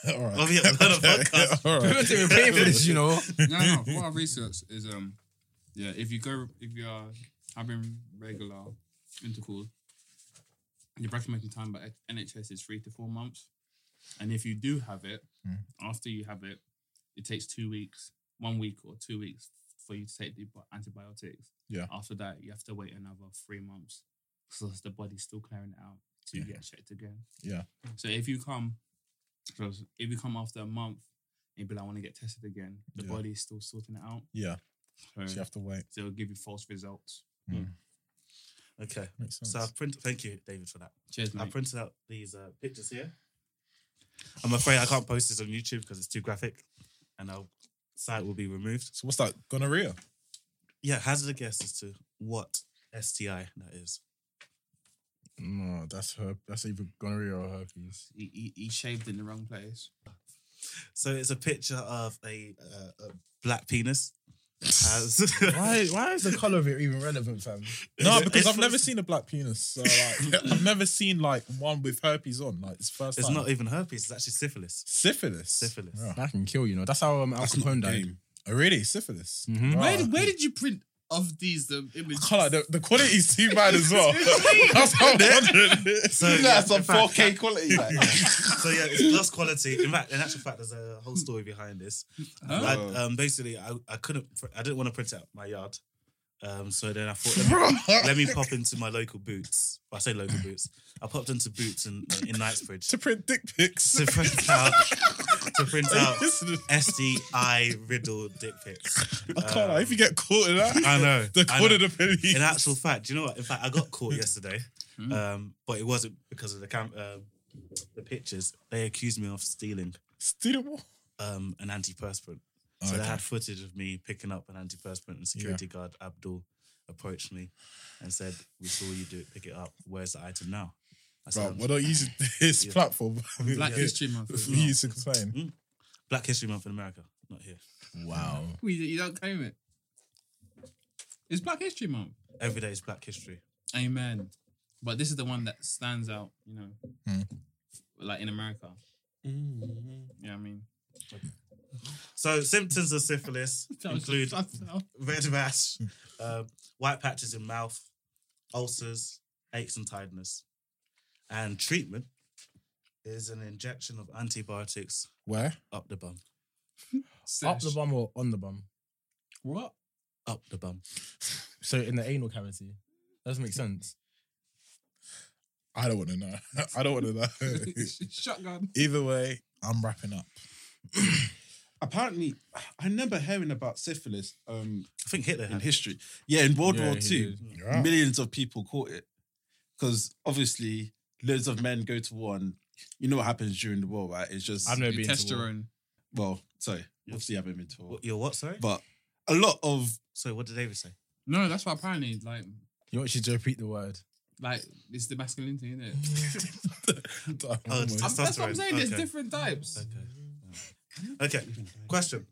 Speaker 8: All right.
Speaker 4: Oh, yeah, I've done a podcast.
Speaker 8: All
Speaker 5: People
Speaker 8: right.
Speaker 5: didn't pay for this, you know.
Speaker 7: no, no. What I researched is um, yeah, if you go, if you are having regular intercourse, the recommended time by NHS is three to four months, and if you do have it,
Speaker 8: Mm.
Speaker 7: after you have it, it takes two weeks one week or two weeks for you to take the bi- antibiotics.
Speaker 8: Yeah.
Speaker 7: After that, you have to wait another three months because the body's still clearing it out to
Speaker 8: Yeah.
Speaker 7: get checked again.
Speaker 8: Yeah.
Speaker 7: So if you come, so if you come after a month and be like, I want to get tested again, the
Speaker 8: Yeah.
Speaker 7: body's still sorting it out.
Speaker 8: Yeah.
Speaker 7: So,
Speaker 8: So you have to wait.
Speaker 7: so it'll give you false results.
Speaker 4: Okay.
Speaker 8: Makes sense.
Speaker 4: So I've printed. Thank you, David, for that.
Speaker 7: Cheers,
Speaker 4: I
Speaker 7: mate.
Speaker 4: printed out these uh, pictures here. I'm afraid I can't post this on YouTube because it's too graphic, and our site will be removed.
Speaker 8: so what's that? Gonorrhea?
Speaker 4: Yeah, hazard a guess as to what STI that is.
Speaker 5: No, that's her. That's either gonorrhea or herpes.
Speaker 7: he, he, he shaved in the wrong place.
Speaker 4: So it's a picture of a, uh, a black penis. As
Speaker 5: Why? Why is the color of it even relevant, fam?
Speaker 8: No,
Speaker 4: It's-
Speaker 8: because
Speaker 4: it's-
Speaker 8: I've never seen a black penis. So like, I've never seen like one with herpes on. Like it's first
Speaker 4: It's
Speaker 8: time.
Speaker 4: not even herpes. It's actually syphilis.
Speaker 8: syphilis.
Speaker 4: Syphilis.
Speaker 8: Yeah.
Speaker 5: That can kill you. Know that's how um, Al Capone
Speaker 8: the
Speaker 5: died.
Speaker 8: game. Oh, really? Syphilis.
Speaker 4: Mm-hmm.
Speaker 5: Mhm.
Speaker 8: Right.
Speaker 7: Where, where did you print of these the images?
Speaker 8: I can't lie, the, the quality's too bad as well. That's what I'm wondering.
Speaker 4: So, yeah,
Speaker 6: That's a
Speaker 4: in fact-
Speaker 6: 4K quality. like.
Speaker 4: so yeah, it's glass quality. In fact, in actual fact, there's a whole story behind this. I, um, basically, I, I couldn't, pr- I didn't want to print out my yard. Um, so then I thought, let me, let me pop into my local boots. Well, I say local boots. I popped into boots in, in Knightsbridge
Speaker 8: to print dick pics.
Speaker 4: to print out to print out
Speaker 8: Listen,
Speaker 4: SDI riddle dick pics. Um,
Speaker 8: I can't lie. If you get caught in that,
Speaker 4: I know.
Speaker 8: the
Speaker 4: I
Speaker 8: court
Speaker 4: know.
Speaker 8: of the police.
Speaker 4: In actual fact, do you know what? In fact, I got caught yesterday, um, but it wasn't because of the cam- um the pictures. They accused me of stealing
Speaker 8: Stealable.
Speaker 4: um, an antiperspirant. So they
Speaker 8: Okay.
Speaker 4: had footage of me picking up an antiperspirant, and security guard Abdul approached me and said, "We saw you do it. Pick it up. Where's the item now?" I
Speaker 8: Bro,
Speaker 4: said,
Speaker 8: why don't you use his
Speaker 4: Yeah.
Speaker 8: platform?
Speaker 7: Black
Speaker 8: Yeah.
Speaker 7: History Month.
Speaker 8: For you to complain.
Speaker 4: "Black History Month in America, not here.
Speaker 5: Wow.
Speaker 7: We, you don't claim it. It's Black History Month.
Speaker 4: Every day is Black History."
Speaker 7: Amen. But this is the one that stands out, you know,
Speaker 8: Hmm. Mm-hmm.
Speaker 7: like in America. You know what I mean?
Speaker 4: So symptoms of syphilis include
Speaker 7: That's
Speaker 4: red rash,
Speaker 8: Hmm.
Speaker 4: um, white patches in mouth, ulcers, aches and tiredness. And treatment is an injection of antibiotics
Speaker 8: Where?
Speaker 4: up the bum.
Speaker 5: Up the bum or on the bum?
Speaker 7: What?
Speaker 4: Up the bum.
Speaker 5: So in the anal cavity. That doesn't make sense.
Speaker 8: I don't want to know. I don't want to know.
Speaker 7: Shotgun.
Speaker 8: Either way, I'm wrapping up.
Speaker 6: Apparently, I remember hearing about syphilis um,
Speaker 4: I think Hitler
Speaker 6: in
Speaker 4: had
Speaker 6: history. Yeah, in World
Speaker 5: Yeah,
Speaker 6: War
Speaker 5: he
Speaker 6: Two,
Speaker 5: did.
Speaker 8: Yeah.
Speaker 6: millions of people caught it because obviously loads of men go to war, and you know what happens during the war, right? It's just
Speaker 5: I've never been to war.
Speaker 7: Testosterone.
Speaker 6: well, sorry, obviously I haven't been to war,
Speaker 4: What, your what, sorry?
Speaker 6: but a lot of
Speaker 4: So what did David say?
Speaker 7: No, that's what apparently, like,
Speaker 5: You want you to repeat the word?
Speaker 7: like it's the masculinity, isn't it?
Speaker 4: Oh,
Speaker 8: Almost.
Speaker 4: testosterone.
Speaker 7: That's what I'm saying. There's
Speaker 4: Okay.
Speaker 7: different types.
Speaker 4: Okay. Okay. Question.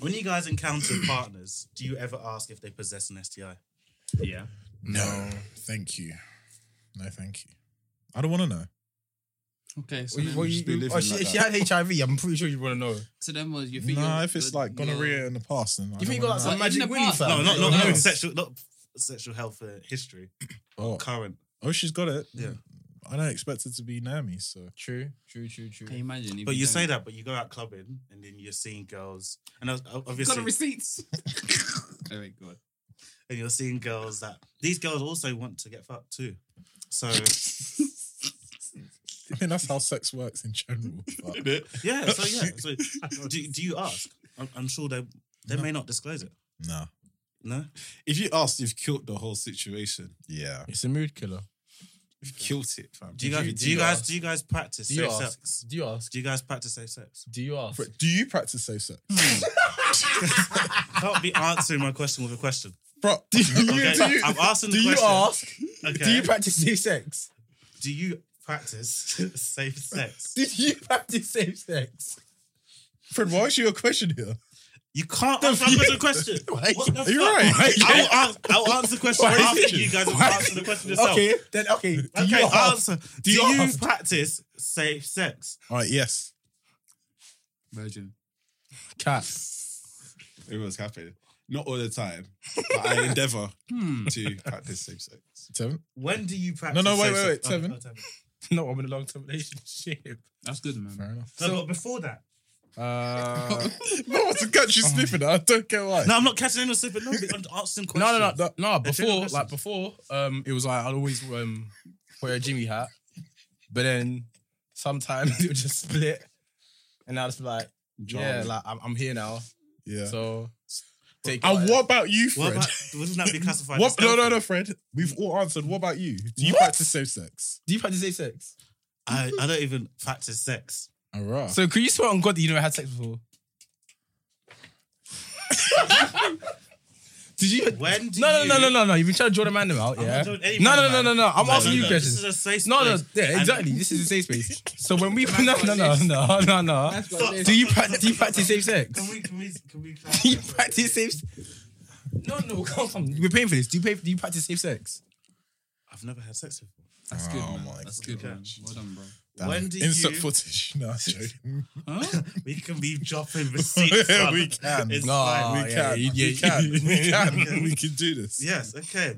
Speaker 4: When you guys encounter partners, do you ever ask if they possess an STI?
Speaker 7: Yeah.
Speaker 8: No, thank you. No, thank you. I don't want to know.
Speaker 7: Okay. So
Speaker 5: Well, you-
Speaker 7: then,
Speaker 5: well, you-
Speaker 6: just be
Speaker 5: you-
Speaker 6: living
Speaker 5: oh, she,
Speaker 6: like
Speaker 5: she had HIV. I'm pretty sure you want to know.
Speaker 7: so then was you
Speaker 8: No,
Speaker 7: think? you're-
Speaker 8: if it's
Speaker 7: you're-
Speaker 8: like gonorrhea in the past, then I
Speaker 5: You think you
Speaker 8: don't
Speaker 5: got
Speaker 7: know. Like, in
Speaker 5: like, some
Speaker 8: wanna
Speaker 5: magic
Speaker 7: the
Speaker 5: willy,
Speaker 7: past-
Speaker 5: fam?
Speaker 4: No, not
Speaker 5: You
Speaker 4: not,
Speaker 5: don't know.
Speaker 4: not sexual not sexual health uh, history.
Speaker 8: know. oh.
Speaker 4: Current.
Speaker 8: oh, she's got it.
Speaker 4: Yeah.
Speaker 8: I don't expect it to be near me, so
Speaker 5: True, true, true, true.
Speaker 7: Can you imagine? if
Speaker 4: But you
Speaker 7: don't-
Speaker 4: say that, but you go out clubbing and then you're seeing girls, and I was- obviously,
Speaker 7: Got the receipts. oh my god.
Speaker 4: and you're seeing girls that these girls also want to get fucked too. So
Speaker 8: I mean that's how sex works in general. but-
Speaker 4: yeah, so yeah. So do, do you ask? I'm, I'm sure they they may not disclose it.
Speaker 8: no,
Speaker 4: No,
Speaker 6: if you asked, you've killed the whole situation.
Speaker 8: yeah,
Speaker 5: It's a mood killer.
Speaker 6: You've killed it, fam.
Speaker 4: do you guys do you, guys do you guys practice
Speaker 5: Do you
Speaker 4: safe
Speaker 5: ask?
Speaker 4: sex?
Speaker 5: Do you ask?
Speaker 4: Do you guys practice safe sex?
Speaker 5: Do you ask?
Speaker 8: But do you practice safe sex,
Speaker 4: Can't be answering my question with a question.
Speaker 8: bro? Do you,
Speaker 4: Okay,
Speaker 8: do you,
Speaker 4: I'm asking the
Speaker 5: Do you
Speaker 4: question.
Speaker 5: ask?
Speaker 4: Okay.
Speaker 5: Do you practice safe sex?
Speaker 4: do you practice safe sex?
Speaker 5: Did you practice safe sex?
Speaker 8: Fred? Why is your question here?
Speaker 4: You can't answer my question. question. What the
Speaker 8: Are you
Speaker 4: fuck?
Speaker 8: right?
Speaker 4: I will answer, I will answer the question
Speaker 5: Why is
Speaker 4: after
Speaker 5: it-
Speaker 4: you guys
Speaker 5: why-
Speaker 4: have answered the question yourself.
Speaker 5: Okay, then oh, okay. Do
Speaker 4: Okay, um,
Speaker 5: you ask?
Speaker 4: answer. Do you,
Speaker 5: you ask?
Speaker 4: practice safe sex?
Speaker 8: All right, yes.
Speaker 7: Virgin.
Speaker 5: Cat.
Speaker 6: It was happening. Not all the time, but I endeavor
Speaker 7: Hmm.
Speaker 6: to practice safe sex.
Speaker 8: Tevin?
Speaker 4: When do you practice?
Speaker 8: no,
Speaker 4: safe
Speaker 8: wait, wait,
Speaker 4: sex?
Speaker 8: wait,
Speaker 4: Oh,
Speaker 8: Tevin.
Speaker 4: oh, Tevin.
Speaker 5: No, I'm in a long term relationship.
Speaker 7: That's good, man.
Speaker 8: Fair enough.
Speaker 4: No, but before that,
Speaker 5: Uh,
Speaker 8: No one's to catch you sniffing it. I don't care why.
Speaker 4: No, I'm not catching anyone slipping. No, I'm asking questions.
Speaker 5: no, no, no, no, no. Before,
Speaker 4: general
Speaker 5: like before, um, it was like I'd always um wear a Jimmy hat, but then sometimes it would just split, and I'd just be like, yeah, like I'm, I'm here now,
Speaker 8: Yeah.
Speaker 5: so take. it
Speaker 8: and
Speaker 5: like
Speaker 8: what about you, Fred?
Speaker 4: What about, wouldn't that be classified?
Speaker 8: What?
Speaker 4: as
Speaker 8: No, no,
Speaker 4: stealthy?
Speaker 8: no, Fred. We've all answered. What about you? Do you
Speaker 5: What?
Speaker 8: practice safe sex?
Speaker 5: Do you practice safe sex?
Speaker 4: I, I don't even practice sex.
Speaker 8: All right.
Speaker 5: So could you swear on God that you never had sex before? Did you?
Speaker 4: When do
Speaker 5: no, no,
Speaker 4: you-
Speaker 5: no, no, no, no. You've been trying to draw the man out,
Speaker 4: I'm
Speaker 5: yeah.
Speaker 4: not doing any
Speaker 5: No, no,
Speaker 4: man
Speaker 5: no, no,
Speaker 4: out.
Speaker 5: no. I'm
Speaker 4: No,
Speaker 5: asking
Speaker 4: no,
Speaker 5: you
Speaker 4: no.
Speaker 5: questions.
Speaker 4: This is a safe
Speaker 5: No, no,
Speaker 4: space.
Speaker 5: yeah,
Speaker 4: And-
Speaker 5: exactly. This is a safe space. So when we no, no, no, no, no, no. Do you practice? Do you practice safe sex?
Speaker 4: Can we, can we, can we
Speaker 5: Do you practice safe? No, no, come on. We're paying for this. Do you pay? Do you practice safe sex?
Speaker 4: I've never had sex before.
Speaker 7: That's good,
Speaker 8: Oh
Speaker 7: man.
Speaker 8: my
Speaker 7: That's good, man. Well done, bro.
Speaker 8: Damn.
Speaker 4: When do
Speaker 8: Insert
Speaker 4: you-
Speaker 8: footage. No, I'm joking.
Speaker 4: We can be dropping receipts. son.
Speaker 8: we can.
Speaker 4: It's
Speaker 5: No,
Speaker 4: fine.
Speaker 5: yeah,
Speaker 8: we can.
Speaker 5: you-
Speaker 8: we
Speaker 5: yeah,
Speaker 8: can.
Speaker 5: you-
Speaker 8: we can. We can do this.
Speaker 4: Yes, okay.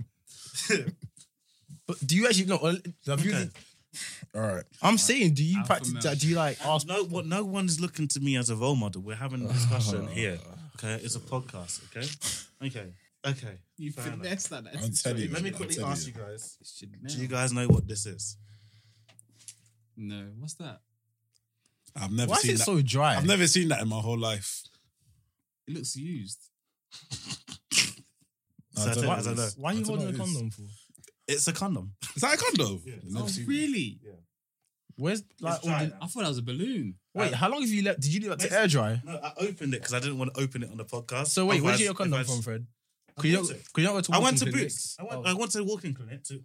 Speaker 5: But do you actually? No, well, have you-
Speaker 4: Okay.
Speaker 8: All right.
Speaker 5: I'm saying, do you
Speaker 7: Alpha
Speaker 5: practice?
Speaker 7: male.
Speaker 5: Do you like ask?
Speaker 4: No, what, no one's looking to me as a role model. We're having a discussion here. Okay, it's a podcast. Okay, okay, okay.
Speaker 7: You
Speaker 4: Fair enough.
Speaker 7: finessed that.
Speaker 8: I'm telling you.
Speaker 4: Let me
Speaker 8: I'll
Speaker 4: quickly
Speaker 8: tell
Speaker 4: ask you guys: Do you
Speaker 7: you.
Speaker 4: guys know what this is?
Speaker 7: No, what's that?
Speaker 6: I've never
Speaker 5: Why is
Speaker 6: seen
Speaker 5: it
Speaker 6: that.
Speaker 5: so dry?
Speaker 6: I've never seen that in my whole life.
Speaker 7: It looks used.
Speaker 8: No, I
Speaker 4: So I
Speaker 8: don't
Speaker 4: tell
Speaker 8: know
Speaker 4: you, I don't know.
Speaker 5: Why are
Speaker 8: I
Speaker 5: you
Speaker 8: don't
Speaker 5: holding a
Speaker 8: know what it is.
Speaker 5: condom for?
Speaker 4: It's a condom.
Speaker 6: Is that a condom?
Speaker 7: Oh, really?
Speaker 5: Where's like? all the-
Speaker 7: I thought that was a balloon.
Speaker 5: Wait, how long have you left? Did you leave that to air dry?
Speaker 4: No, I opened it because I didn't want to open it on the podcast.
Speaker 5: So wait, where'd you get your
Speaker 4: Otherwise-
Speaker 5: condom
Speaker 4: if I-
Speaker 5: from, Fred? Could you, not,
Speaker 4: bought it.
Speaker 5: could you not go to
Speaker 4: I went
Speaker 5: walking
Speaker 4: to
Speaker 5: clinics?
Speaker 4: Boots. I went,
Speaker 5: Oh.
Speaker 4: I went to the walking clinic to.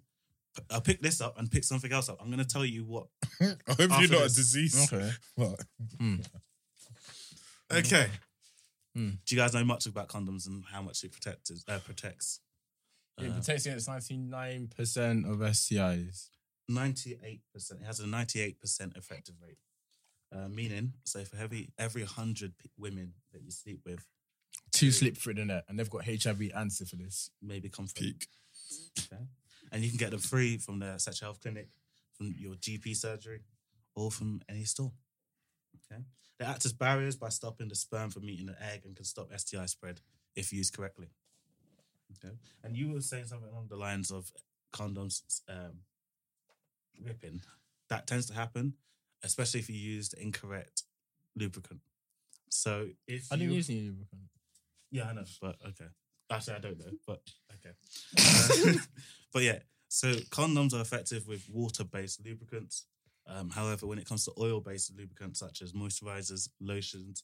Speaker 4: I'll pick this up and pick something else up. I'm going to tell you what.
Speaker 8: I hope
Speaker 4: After
Speaker 8: you're not
Speaker 4: this.
Speaker 8: a disease.
Speaker 5: Okay.
Speaker 8: But
Speaker 4: Okay.
Speaker 5: Hmm.
Speaker 4: Do you guys know much about condoms and how much it protect, uh, protects?
Speaker 5: It protects against 99% of STIs.
Speaker 4: 98%. It has a 98% effective rate. Uh, meaning, so for every, every 100 p- women that you sleep with,
Speaker 5: Two slip through the net, and they've got HIV and syphilis.
Speaker 4: maybe come from. Peak. Okay. And you can get them free from the sexual health clinic, from your GP surgery, or from any store. Okay. They act as barriers by stopping the sperm from meeting the egg and can stop STI spread if used correctly. Okay. And you were saying something along the lines of condoms um, ripping. That tends to happen, especially if you use the incorrect lubricant. So if
Speaker 5: I didn't
Speaker 4: you-
Speaker 5: use any lubricant.
Speaker 4: yeah, I know, but okay. Actually, I don't know, but okay. Uh, but yeah, so condoms are effective with water-based lubricants. Um, however, when it comes to oil-based lubricants such as moisturizers, lotions,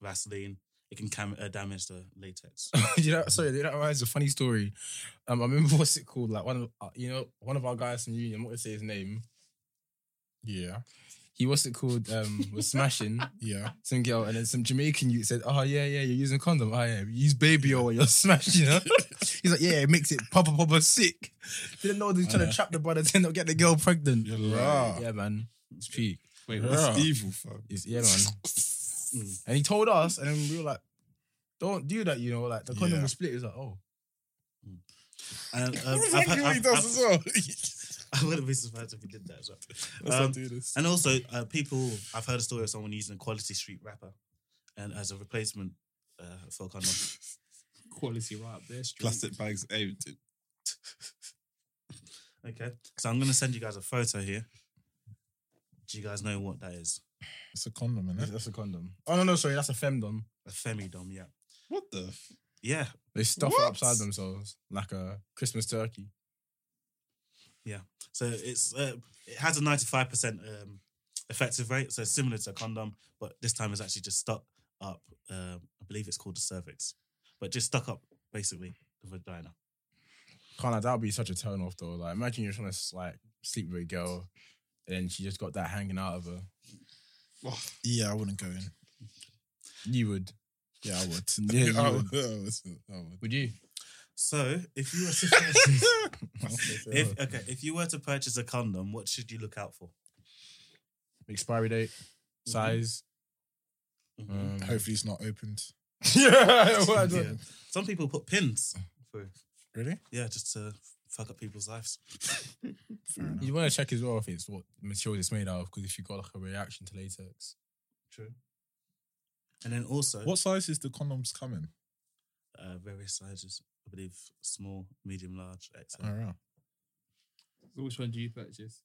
Speaker 4: Vaseline, it can cam- uh, damage the latex.
Speaker 5: you know, sorry, that reminds me of a funny story. Um, I remember what's it called? Like one of uh, you know, one of our guys from union, I'm not gonna say his name.
Speaker 8: yeah,
Speaker 5: He what's it called? Um, was smashing
Speaker 8: yeah.
Speaker 5: some girl, and then some Jamaican youth said, "Oh yeah, yeah, you're using condom. Oh yeah, use baby oil. You're smashing her." He's like, "Yeah, it makes it papa papa sick." Didn't know they're trying to trap the brother to not get the girl pregnant.
Speaker 8: Rah.
Speaker 5: Yeah, man, it's peak.
Speaker 7: Wait,
Speaker 8: That's evil, fam.
Speaker 5: It's, yeah, man. Mm. and he told us, and then we were like, "Don't do that," you know. Like the condom
Speaker 8: Yeah.
Speaker 5: was split. He's like, "Oh."
Speaker 4: And, um,
Speaker 8: That's
Speaker 4: I've had-
Speaker 8: exactly what he
Speaker 4: I've-
Speaker 8: does
Speaker 4: I've-
Speaker 8: as well.
Speaker 4: I wouldn't be surprised if he did that as well.
Speaker 8: Let's not
Speaker 4: Um,
Speaker 8: do this.
Speaker 4: And also, uh, people, I've heard a story of someone using a Quality Street wrapper and as a replacement uh, for a condom.
Speaker 7: quality right up there. Street.
Speaker 6: Plastic bags. Hey, d-
Speaker 4: Okay. So I'm going to send you guys a photo here. Do you guys know what that is?
Speaker 8: It's a condom, innit?
Speaker 5: That's a condom. Oh no, no, sorry, that's a femdom.
Speaker 4: A femidom, yeah.
Speaker 6: what the? F-
Speaker 4: Yeah.
Speaker 5: They stuff it
Speaker 6: What?
Speaker 5: upside themselves like a Christmas turkey.
Speaker 4: So it's uh, it has a 95% um, effective rate, so similar to a condom, but this time it's actually just stuck up. Um, I believe it's called the cervix, but just stuck up basically the vagina.
Speaker 5: Can't that would be such a turn off though? Like imagine you're trying to like sleep with a girl, and then she just got that hanging out of her.
Speaker 8: Yeah, I wouldn't go in.
Speaker 5: You would,
Speaker 8: Yeah, I would.
Speaker 5: Yeah, you
Speaker 8: I
Speaker 5: would.
Speaker 8: would. I would. I would.
Speaker 5: would you?
Speaker 4: So if you were to if, okay, if you were to purchase a condom, what should you look out for?
Speaker 5: Expiry date, size.
Speaker 4: Mhm.
Speaker 5: um,
Speaker 8: Hopefully, it's not opened.
Speaker 5: yeah, what I
Speaker 4: Yeah.
Speaker 5: don't-
Speaker 4: Some people put pins through,
Speaker 8: Really?
Speaker 4: yeah, just to fuck up people's lives.
Speaker 5: You want to check as well if it's what material it's made out of, because if you got like a reaction to latex,
Speaker 4: True. And then also
Speaker 8: What size is the condoms coming?
Speaker 4: uh, various sizes. I believe small, medium, large, XL.
Speaker 8: All right.
Speaker 7: So which one do you purchase?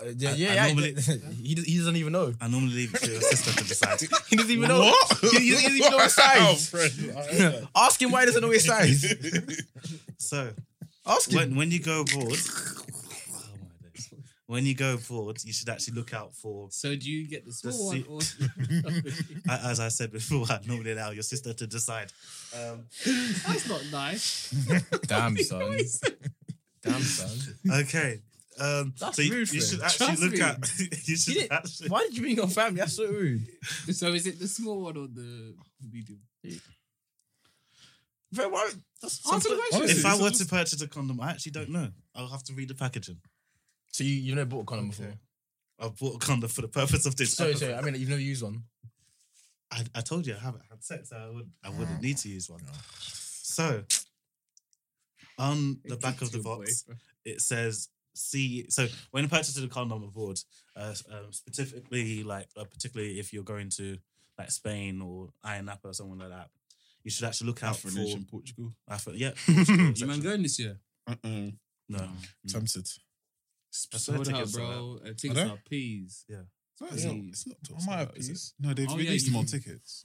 Speaker 5: Uh, yeah,
Speaker 4: I-
Speaker 5: yeah,
Speaker 4: I
Speaker 5: yeah.
Speaker 4: normally-
Speaker 5: he, does- he doesn't even know.
Speaker 4: I normally leave it to your sister to decide.
Speaker 5: He doesn't even know. What? He, he doesn't even know his
Speaker 8: Oh,
Speaker 5: size. Ask him why he doesn't know his size.
Speaker 4: So
Speaker 5: Ask him.
Speaker 4: when, when you go abroad, oh my days. when you go abroad, you should actually look out for.
Speaker 7: So do you get the small
Speaker 4: se-
Speaker 7: one or?
Speaker 4: a- As I said before, I normally allow your sister to decide. Um,
Speaker 7: That's not nice.
Speaker 5: Damn, son. Damn, son.
Speaker 4: okay. Um,
Speaker 5: That's
Speaker 4: so you,
Speaker 5: rude,
Speaker 4: you
Speaker 5: Fred.
Speaker 4: should actually
Speaker 7: Trust
Speaker 4: look
Speaker 7: me.
Speaker 4: at. You should
Speaker 5: didn't-
Speaker 4: actually.
Speaker 5: Why did you bring your family? That's so rude.
Speaker 7: So is it the small one or the medium?
Speaker 5: Bro, why? That's
Speaker 7: Answer the question.
Speaker 4: If
Speaker 8: Honestly,
Speaker 4: I
Speaker 8: it's
Speaker 4: were
Speaker 8: just-
Speaker 4: to purchase a condom, I actually don't know. I'll have to read the packaging.
Speaker 5: So you, you've never bought a condom before?
Speaker 4: I've bought a condom for the purpose of this.
Speaker 5: Sorry, sorry. I mean, you've never used one.
Speaker 4: I, I told you I haven't had sex, so I wouldn't, I wouldn't need to use one. So, on the back of the box, it says, see, so when purchasing a condom abroad, uh, um, specifically, like, uh, particularly if you're going to like Spain or Iron Napa or someone like that, you should actually look out for,
Speaker 6: Nation, Portugal.
Speaker 4: Afro- yeah.
Speaker 7: You man going this year?
Speaker 6: Uh-uh.
Speaker 4: no.
Speaker 8: Tempted.
Speaker 4: I
Speaker 7: Just
Speaker 4: swear
Speaker 7: Hold up,
Speaker 4: tickets are
Speaker 7: bro. Uh, Tickets
Speaker 8: Are
Speaker 7: are peas.
Speaker 4: Yeah.
Speaker 7: Peas.
Speaker 8: Am I at peace?
Speaker 6: No, they've
Speaker 7: Oh, yeah,
Speaker 6: released
Speaker 7: you
Speaker 6: more
Speaker 7: can-
Speaker 6: tickets.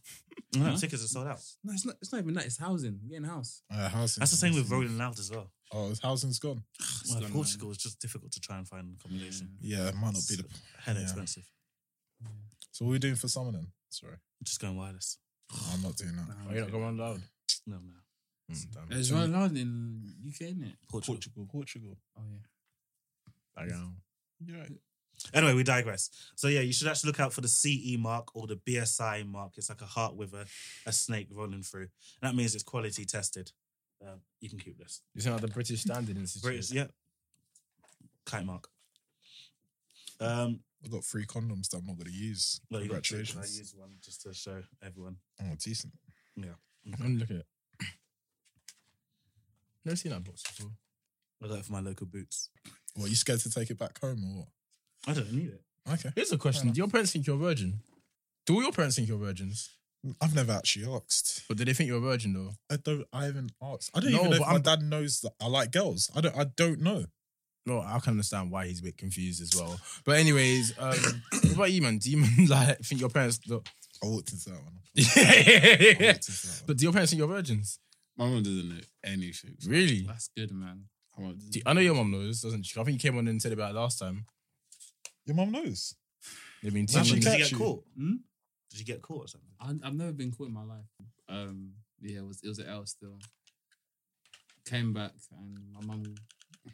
Speaker 4: No,
Speaker 7: Huh?
Speaker 4: tickets are sold out.
Speaker 7: No, it's not. It's not even that. It's housing. We're getting house.
Speaker 8: Uh, housing.
Speaker 4: That's the same with Rolling Loud as well.
Speaker 8: Oh, his housing's gone.
Speaker 4: Well,
Speaker 7: gone,
Speaker 4: Portugal is just difficult to try and find accommodation.
Speaker 8: Yeah, it might not be the.
Speaker 4: Hella
Speaker 8: Yeah.
Speaker 4: expensive.
Speaker 8: So what are we doing for summer then? Sorry,
Speaker 4: Just going wireless.
Speaker 8: I'm not doing that.
Speaker 5: Oh, you're not going around loud.
Speaker 4: No, no.
Speaker 8: Damn it.
Speaker 7: It's right around in UK, innit?
Speaker 4: Portugal.
Speaker 8: Portugal.
Speaker 7: Oh yeah.
Speaker 5: um,
Speaker 8: You're right.
Speaker 4: Anyway, we digress. So yeah, you should actually look out for the CE mark or the BSI mark. It's like a heart with a, a snake rolling through. And that means it's quality tested. Um, you can keep this.
Speaker 5: You sound like the British Standard Institute.
Speaker 4: British, yeah. Kite mark. Um,
Speaker 8: I've got three condoms that I'm not going to use.
Speaker 4: well, you got two, 'cause I
Speaker 8: Congratulations.
Speaker 4: used one just to show everyone.
Speaker 8: Oh, decent.
Speaker 5: Let me look at it. Never seen that box before.
Speaker 4: I got it for my local boots.
Speaker 8: What, you scared to take it back home or what?
Speaker 4: I don't need it.
Speaker 8: Okay.
Speaker 5: Here's a question: Do your parents think you're a virgin? Do all your parents think you're virgins?
Speaker 8: I've never actually asked.
Speaker 5: But do they think you're a virgin though?
Speaker 8: I don't. I haven't asked. I don't
Speaker 5: No,
Speaker 8: even know if
Speaker 5: but
Speaker 8: my
Speaker 5: I'm-
Speaker 8: dad knows that I like girls. I don't. I don't know.
Speaker 5: No, I can understand why he's a bit confused as well. But anyways, um, what about you, man? Do you man, like think your parents? Do-
Speaker 8: I walked into that one. I
Speaker 5: but
Speaker 8: walked into that one.
Speaker 5: do your parents think you're virgins?
Speaker 6: My mum doesn't know anything.
Speaker 5: Really?
Speaker 7: That's good, man.
Speaker 6: My mum doesn't
Speaker 5: Do- I know your mom knows, doesn't she? I think you came on and said about it last time.
Speaker 8: Your mum knows.
Speaker 5: They've been
Speaker 8: That's
Speaker 5: teaching.
Speaker 8: okay.
Speaker 4: Did you get
Speaker 8: catch you.
Speaker 4: caught?
Speaker 7: Hmm?
Speaker 4: Did you get caught or something?
Speaker 7: I, I've never been caught in my life. Um, yeah, it was it was an L still. Came back and my mum.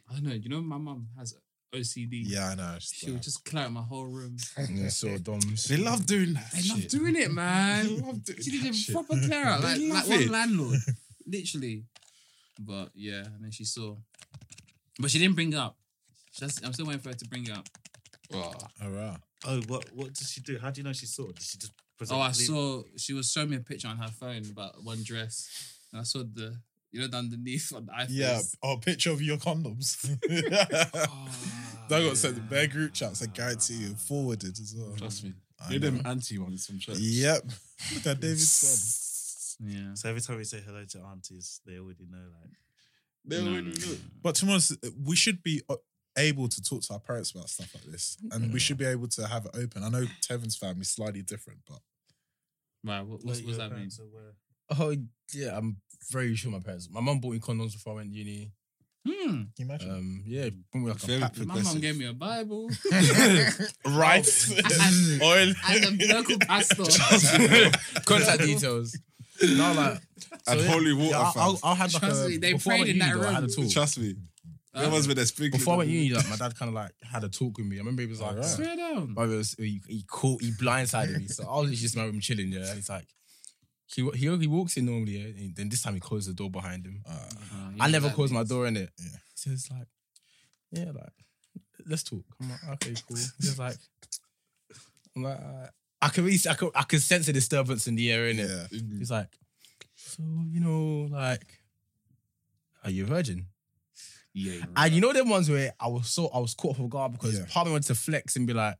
Speaker 7: I don't know. You know, my mum has OCD.
Speaker 8: Yeah, I know. She's
Speaker 7: She would
Speaker 8: like-
Speaker 7: just clear out my whole room.
Speaker 5: Yeah, so doms.
Speaker 6: They love doing that.
Speaker 7: They love
Speaker 6: shit.
Speaker 7: doing it, man.
Speaker 6: They love doing
Speaker 7: she did a
Speaker 6: that shit.
Speaker 7: proper clear out, like,
Speaker 6: They
Speaker 7: like
Speaker 6: love
Speaker 7: one
Speaker 6: it.
Speaker 7: landlord, literally. But yeah, and then she saw, but she didn't bring it up. That's, I'm still waiting for her to bring it up.
Speaker 8: All right.
Speaker 4: Oh, what what did she do? How do you know she saw? Did she just
Speaker 7: Oh, I
Speaker 4: presumably-
Speaker 7: saw she was showing me a picture on her phone about one dress, and I saw the you know the underneath on the iPhone.
Speaker 8: Yeah. Oh, picture of your condoms. that got sent to their group chats. I guarantee you. Forwarded as well.
Speaker 6: Trust me.
Speaker 8: I
Speaker 6: They're them
Speaker 8: know.
Speaker 6: anti ones from church.
Speaker 8: Yep. Look at David's
Speaker 7: Yeah.
Speaker 4: So every time we say hello to aunties, they already know like
Speaker 6: They
Speaker 7: No,
Speaker 6: already
Speaker 7: no, no,
Speaker 6: know.
Speaker 7: no.
Speaker 8: But to be honest, we should be uh, able to talk to our parents about stuff like this, and we should be able to have it open. I know Tevin's family is slightly different, but
Speaker 7: Right. What, what's,
Speaker 4: like,
Speaker 7: what's
Speaker 4: your
Speaker 7: that mean?
Speaker 4: parents are aware.
Speaker 5: Oh yeah, I'm very sure my parents. My mum bought me condoms before I went to uni.
Speaker 7: Hmm.
Speaker 8: Can you imagine
Speaker 5: Um, yeah, bought me like a
Speaker 6: Very
Speaker 5: pack.
Speaker 7: My mum
Speaker 6: progressive.
Speaker 7: gave me a Bible
Speaker 8: rice,
Speaker 7: and,
Speaker 8: Uh, oil,
Speaker 7: and a local pastor.
Speaker 5: contact details. No, like
Speaker 6: and
Speaker 5: yeah.
Speaker 6: holy water.
Speaker 5: yeah, I, I,
Speaker 6: fam.
Speaker 5: I had like
Speaker 7: Trust
Speaker 5: a,
Speaker 7: me, they
Speaker 5: before I
Speaker 7: prayed
Speaker 5: went
Speaker 7: in
Speaker 5: uni,
Speaker 7: that
Speaker 5: though, I had a
Speaker 7: room.
Speaker 5: talk.
Speaker 6: Trust me. That
Speaker 7: Huh?
Speaker 6: was with their sprinkling.
Speaker 5: Before I went
Speaker 6: on
Speaker 5: uni, like my dad kind of like had a talk with me. I remember he was like,
Speaker 8: Alright.
Speaker 7: Swear down.
Speaker 5: brother, was- he, he caught, he blindsided me. So I was just in my room chilling, yeah. And he's like, he wa- he, he walks in normally, yeah. And then this time he closed the door behind him.
Speaker 8: Uh,
Speaker 7: Uh, you
Speaker 5: I
Speaker 7: know
Speaker 5: never
Speaker 7: that
Speaker 5: closed my
Speaker 7: means.
Speaker 5: door in it.
Speaker 8: Yeah.
Speaker 5: So it's like, yeah, like let's talk. I'm like, okay, cool. He's like, I'm like, alright. I can really, I can, I can sense a disturbance in the air in it.
Speaker 8: yeah.
Speaker 5: He's like, so you know, like, are you a virgin?
Speaker 7: Yeah.
Speaker 5: And you know them ones where I was so I was caught off guard because
Speaker 8: Yeah.
Speaker 5: part of me wanted to flex and be like,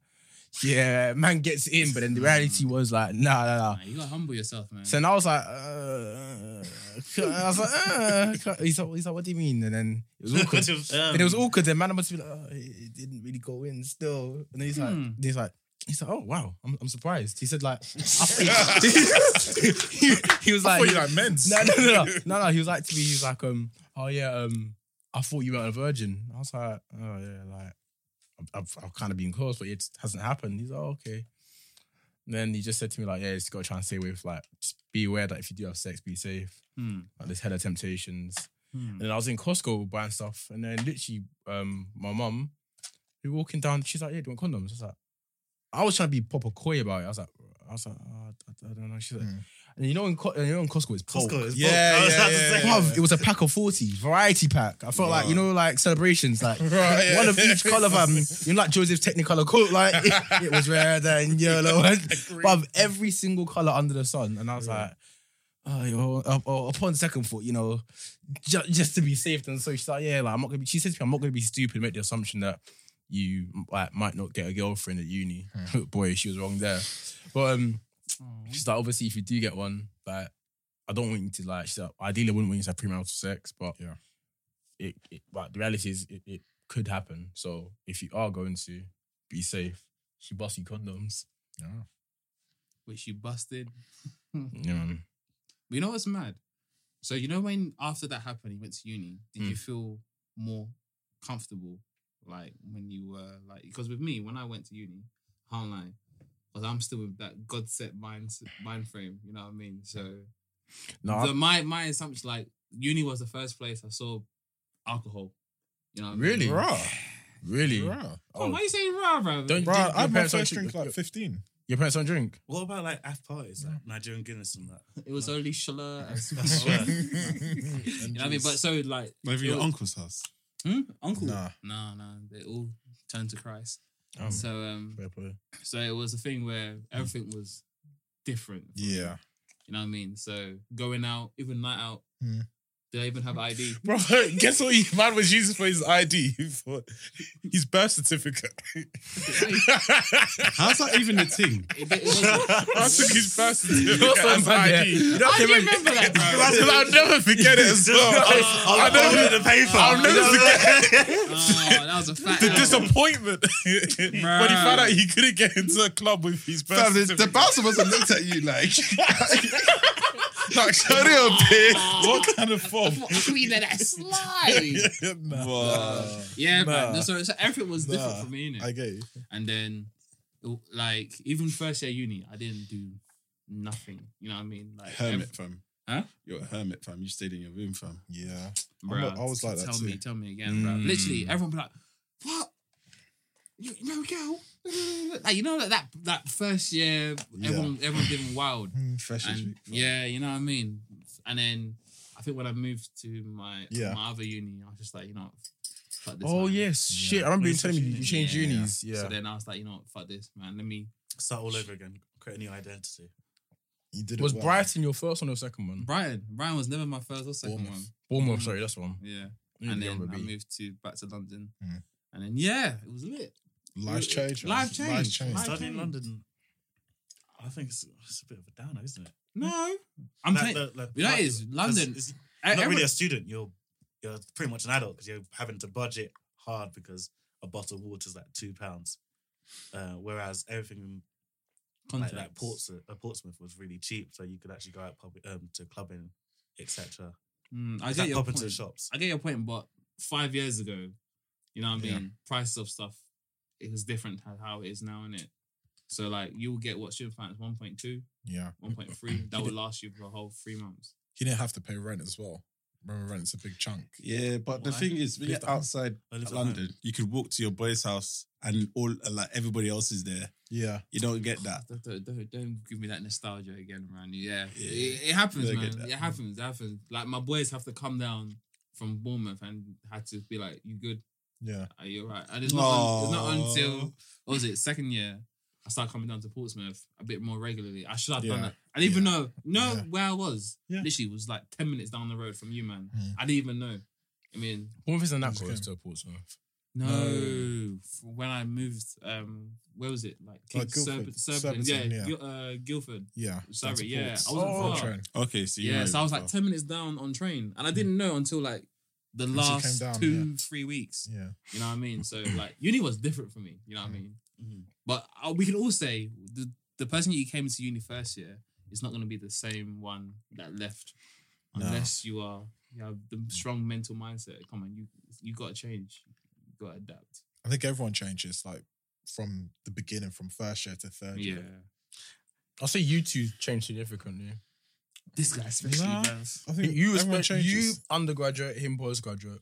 Speaker 5: yeah, man gets in, but then the reality was like, nah, nah, nah.
Speaker 7: Nah, you gotta humble yourself, man.
Speaker 5: So then I was like, uh, I was like, uh. he's like, he's like, what do you mean? And then it was awkward. And
Speaker 4: um,
Speaker 5: it was awkward. Then man must be like, oh, it it didn't really go in still. And then he's like,
Speaker 7: Hmm.
Speaker 5: he's like, he's like, oh wow, I'm, I'm surprised. He said like, I think- he, he was like,
Speaker 8: I thought you like men's.
Speaker 5: no, no, no, no, no, no. He was like to me, he was like, um, oh yeah, um, I thought you weren't a virgin. I was like, oh yeah, like I've, I've, I've kind of been close, but it just hasn't happened. He's like, oh, okay. And then he just said to me like, yeah, just gotta try and stay away. From, like, just be aware that if you do have sex, be safe.
Speaker 7: Hmm.
Speaker 5: Like, there's hella temptations.
Speaker 7: Hmm.
Speaker 5: And then I was in Costco buying stuff, and then literally, um, my mum, we were walking down. She's like, "Yeah, do you want condoms?" I was like, I was trying to be proper coy about it. I was like, I was like, oh, I, I don't know. She's like,
Speaker 8: Mm.
Speaker 5: and you know, in Co- you know, in Costco, it's Costco.
Speaker 4: Costco is
Speaker 6: Yeah,
Speaker 4: bulk. I was
Speaker 6: yeah,
Speaker 4: about to
Speaker 6: yeah,
Speaker 4: say.
Speaker 6: yeah.
Speaker 5: Bruv, it was a pack of 40, variety pack. I felt like, you know, like celebrations, like
Speaker 6: Right, yeah.
Speaker 5: one of each colour, fam. You know, like Joseph's Technicolor coat, like it was red and yellow. And, bruv, every single colour under the sun. And I was like, oh, you know, up- up- upon second thought, you know, ju- just to be safe. And so she's like, yeah, like I'm not gonna be, she says to me, I'm not gonna be stupid, and make the assumption that you like, might not get a girlfriend at uni. Boy, she was wrong there. But, um, She's like, obviously, if you do get one, like, I don't want you to like. She's like, ideally, I wouldn't want you to have premarital sex, but yeah, it. it but the reality is, it, it could happen. So if you are going to, be safe. She busts you condoms.
Speaker 7: Which you busted.
Speaker 5: Yeah, man.
Speaker 7: But you know what's mad? So you know when after that happened, you went to uni. Did you
Speaker 5: Hmm.
Speaker 7: feel more comfortable, like when you were like? Because with me, when I went to uni, online, because I'm still with that God set mind mind frame. You know what I mean? So
Speaker 5: No,
Speaker 7: the, my my assumption, like uni, was the first place I saw alcohol. You know? What I mean?
Speaker 5: really, really.
Speaker 8: Bruh.
Speaker 7: Come on, why are you saying rah, rah?
Speaker 5: Don't-
Speaker 8: Bruh, I
Speaker 5: Your
Speaker 8: had my
Speaker 5: parents
Speaker 8: first
Speaker 5: don't
Speaker 8: drink
Speaker 5: drink-
Speaker 8: like 15.
Speaker 5: Your parents don't drink.
Speaker 4: What about like af parties,
Speaker 7: Mm.
Speaker 4: like Nigerian Guinness and that?
Speaker 7: It was only shala and
Speaker 4: That's right.
Speaker 7: You know what I mean? But so like
Speaker 6: Maybe your uncle's house.
Speaker 7: hmm? uncle.
Speaker 8: Nah.
Speaker 7: No, no, they all turned to Christ.
Speaker 5: Oh.
Speaker 7: So um,
Speaker 5: Fair play.
Speaker 7: so it was a thing where everything was different.
Speaker 8: Yeah.
Speaker 7: You know what I mean? So going out, even night out,
Speaker 8: Hmm.
Speaker 7: do they even have ID?
Speaker 8: Bro, guess what? He, man was using for his ID, for his birth certificate. I
Speaker 6: How's that even a thing?
Speaker 7: It, it wasn't-
Speaker 8: took his birth certificate as ID.
Speaker 7: I do remember that, bro. Uh,
Speaker 8: That's- I'll never forget it as well.
Speaker 4: I'll, I'll,
Speaker 8: never-
Speaker 4: never, the paper.
Speaker 8: I'll never
Speaker 7: Oh, that was a fact.
Speaker 8: The disappointment when he found out he couldn't get into a club with his birth
Speaker 6: Fam, the,
Speaker 8: certificate.
Speaker 6: the bouncer must have looked at you like, like, show me your pig.
Speaker 8: what kind of form?
Speaker 7: we let that slide.
Speaker 6: Wow.
Speaker 7: Yeah,
Speaker 8: Nah.
Speaker 7: man. So, so everything was different
Speaker 8: Nah,
Speaker 7: for me, innit?
Speaker 8: I get you.
Speaker 7: and then, it- like, even first year uni, I didn't do nothing. You know what I mean? Like,
Speaker 6: Hermit,
Speaker 7: ev-
Speaker 6: fam.
Speaker 7: Huh?
Speaker 6: You're a hermit, fam. You stayed in your room, fam.
Speaker 8: Yeah.
Speaker 7: Bruh,
Speaker 8: not- I was like that
Speaker 7: tell
Speaker 8: too. Mm.
Speaker 7: me, tell me again, bro. Literally, everyone be like, "What? You no girl?" Like you know that that, that first year, everyone everyone giving wild.
Speaker 8: Hmm,
Speaker 6: Fresh as
Speaker 7: And,
Speaker 6: you.
Speaker 7: yeah, you know what I mean. And then I think when I moved to my
Speaker 8: Yeah.
Speaker 7: my other uni, I was just like, you know, fuck this.
Speaker 5: Oh
Speaker 7: man.
Speaker 5: yes, shit. I remember
Speaker 4: When
Speaker 5: you
Speaker 4: you
Speaker 5: telling me
Speaker 4: switch
Speaker 5: you changed
Speaker 7: Yeah.
Speaker 5: unis. Yeah.
Speaker 7: So then I was like, you know, what, fuck this, man. Let me.
Speaker 4: Start all over again. Create a new identity.
Speaker 8: You did
Speaker 5: was
Speaker 8: well.
Speaker 5: Brighton your first one or second one?
Speaker 7: Brian, Brian was never my first or second
Speaker 8: Bournemouth.
Speaker 7: one.
Speaker 5: Bournemouth. Sorry, that's the one.
Speaker 7: Yeah.
Speaker 5: Yeah,
Speaker 7: and
Speaker 5: the
Speaker 7: then um,
Speaker 5: other
Speaker 7: I
Speaker 5: B.
Speaker 7: moved to back to London.
Speaker 8: Mm.
Speaker 7: And then yeah, it was lit.
Speaker 8: Life change.
Speaker 7: Life change.
Speaker 8: Life change.
Speaker 7: Life-
Speaker 4: Studying
Speaker 7: change.
Speaker 4: in London, I think it's, it's a bit of a downer, isn't it?
Speaker 7: No, I'm
Speaker 4: Like,
Speaker 7: saying
Speaker 4: like- like-
Speaker 7: you know it is
Speaker 4: like-
Speaker 7: London.
Speaker 4: it's- it's
Speaker 7: I-
Speaker 4: not
Speaker 7: everyone-
Speaker 4: really a student. You're you're pretty much an adult because you're having to budget hard because a bottle of water is like two pounds, uh, whereas everything in like,
Speaker 7: Contracts.
Speaker 4: like Portsmouth, uh, Portsmouth was really cheap, so you could actually go out public um, to clubbing, etc.
Speaker 7: Mm, I
Speaker 4: Like
Speaker 7: get your
Speaker 4: pop into
Speaker 7: point.
Speaker 4: shops.
Speaker 7: I get your point, but five years ago, you know what I mean? Prices of stuff it was different to how it is now, is it? So like you will get what student finance 1.2,
Speaker 8: Yeah.
Speaker 7: 1.3, that will last you for a whole three months.
Speaker 8: He didn't have to pay rent as well. Remember, rent's a big chunk.
Speaker 6: Yeah, but the
Speaker 4: Why?
Speaker 6: thing is, when
Speaker 8: Live
Speaker 6: you're
Speaker 8: at home.
Speaker 6: outside
Speaker 4: I lived at home.
Speaker 6: London, you could walk to your boy's house and all like everybody else is there.
Speaker 8: Yeah.
Speaker 6: You don't get that.
Speaker 7: Don't, don't, don't, don't give me that nostalgia again, man. Yeah.
Speaker 6: Yeah.
Speaker 7: It, it happens,
Speaker 6: Don't
Speaker 7: man.
Speaker 6: get that.
Speaker 7: It happens, it happens. Like my boys have to come down from Bournemouth and had to be like, You good?
Speaker 8: Yeah.
Speaker 7: Are you alright? And it's not, un- it's not until what was it second year I started coming down to Portsmouth a bit more regularly. I should have done
Speaker 8: Yeah.
Speaker 7: that. I didn't even know know
Speaker 8: Yeah.
Speaker 7: where I was.
Speaker 8: Yeah.
Speaker 7: Literally was like ten minutes down the road from you, man.
Speaker 8: Mm.
Speaker 7: I didn't even know. I mean,
Speaker 5: Bournemouth isn't that
Speaker 8: It's
Speaker 5: close
Speaker 8: good.
Speaker 5: to Portsmouth.
Speaker 7: no, you f- when I moved. Um, where was it? Like King
Speaker 8: Like Oh, Guildford.
Speaker 7: Serb- Surbiton,
Speaker 8: Surbiton,
Speaker 7: yeah,
Speaker 8: yeah.
Speaker 7: Gil- uh, Guildford.
Speaker 8: Yeah.
Speaker 7: Sorry,
Speaker 8: Santa
Speaker 7: yeah,
Speaker 8: Paul's.
Speaker 7: I wasn't
Speaker 8: Oh,
Speaker 7: far.
Speaker 8: train.
Speaker 6: Okay, so you
Speaker 7: yeah,
Speaker 6: know
Speaker 7: so I was
Speaker 6: you're
Speaker 7: like
Speaker 6: far.
Speaker 7: ten minutes down on train, and I didn't know until like the
Speaker 8: you
Speaker 7: last
Speaker 8: came down,
Speaker 7: two three weeks.
Speaker 8: Yeah. Mm.
Speaker 7: You know what I mean? So like uni was different for me. You know what I mean?
Speaker 8: Mm-hmm.
Speaker 4: Mhm.
Speaker 7: But uh, we can all say the the person you came to uni first year is not going to be the same one that left,
Speaker 6: No.
Speaker 7: unless you are you have the strong mental mindset. Come on, you you got to change, you got to adapt.
Speaker 8: I think everyone changes like from the beginning, from first year to third
Speaker 7: Yeah,
Speaker 8: year.
Speaker 5: I'll say you two changed significantly.
Speaker 7: this guy especially.
Speaker 8: Nah.
Speaker 7: bruv.
Speaker 8: I think
Speaker 5: You,
Speaker 8: everyone
Speaker 5: espe- you
Speaker 8: changes.
Speaker 5: undergraduate, him postgraduate.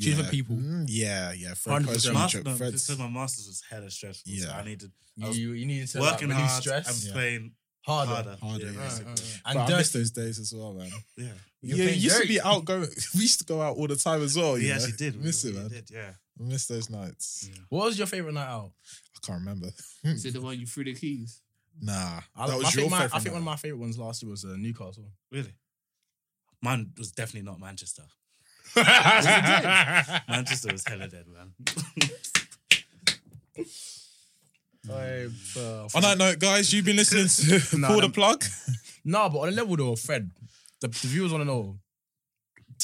Speaker 5: Two different people.
Speaker 8: Mm, yeah, yeah. Fred
Speaker 5: 100%.
Speaker 8: Postman,
Speaker 4: Master,
Speaker 8: Jack
Speaker 4: no,
Speaker 8: Fred.
Speaker 4: because my masters was hella stressful. Yeah, so
Speaker 8: Yeah.
Speaker 4: I needed I
Speaker 5: You,
Speaker 4: was
Speaker 5: you, you needed to
Speaker 4: working
Speaker 5: like,
Speaker 4: hard
Speaker 5: release stress
Speaker 4: and playing
Speaker 5: harder.
Speaker 4: harder. yeah,
Speaker 8: Harder, yeah. Oh,
Speaker 5: Right,
Speaker 4: basically.
Speaker 5: right, right.
Speaker 8: But
Speaker 5: And
Speaker 8: I miss
Speaker 5: dirty.
Speaker 8: those days as well, man.
Speaker 4: yeah.
Speaker 5: You're
Speaker 8: yeah, you
Speaker 5: paying
Speaker 8: used to
Speaker 5: dirty.
Speaker 8: be outgoing. We used to go out all the time as well.
Speaker 4: We
Speaker 8: you know?
Speaker 4: actually did. We
Speaker 8: Miss it,
Speaker 4: really
Speaker 8: man.
Speaker 4: Did, yeah.
Speaker 8: I miss those nights.
Speaker 5: What was your favorite night out?
Speaker 8: I can't remember.
Speaker 7: Is it the one you threw the keys?
Speaker 8: Nah,
Speaker 5: I,
Speaker 8: that
Speaker 5: I
Speaker 8: was
Speaker 5: think
Speaker 8: your
Speaker 5: my,
Speaker 8: favorite.
Speaker 5: I think one of my favorite ones last year was uh, Newcastle.
Speaker 4: Really? Mine was definitely not Manchester. Manchester was hella dead, man.
Speaker 8: Mm.
Speaker 5: Like, uh,
Speaker 8: On that note, guys, you've been listening to
Speaker 5: Nah,
Speaker 8: Pull the
Speaker 5: nah.
Speaker 8: Plug.
Speaker 5: No, but on a level though, Fred, the, the viewers want to know.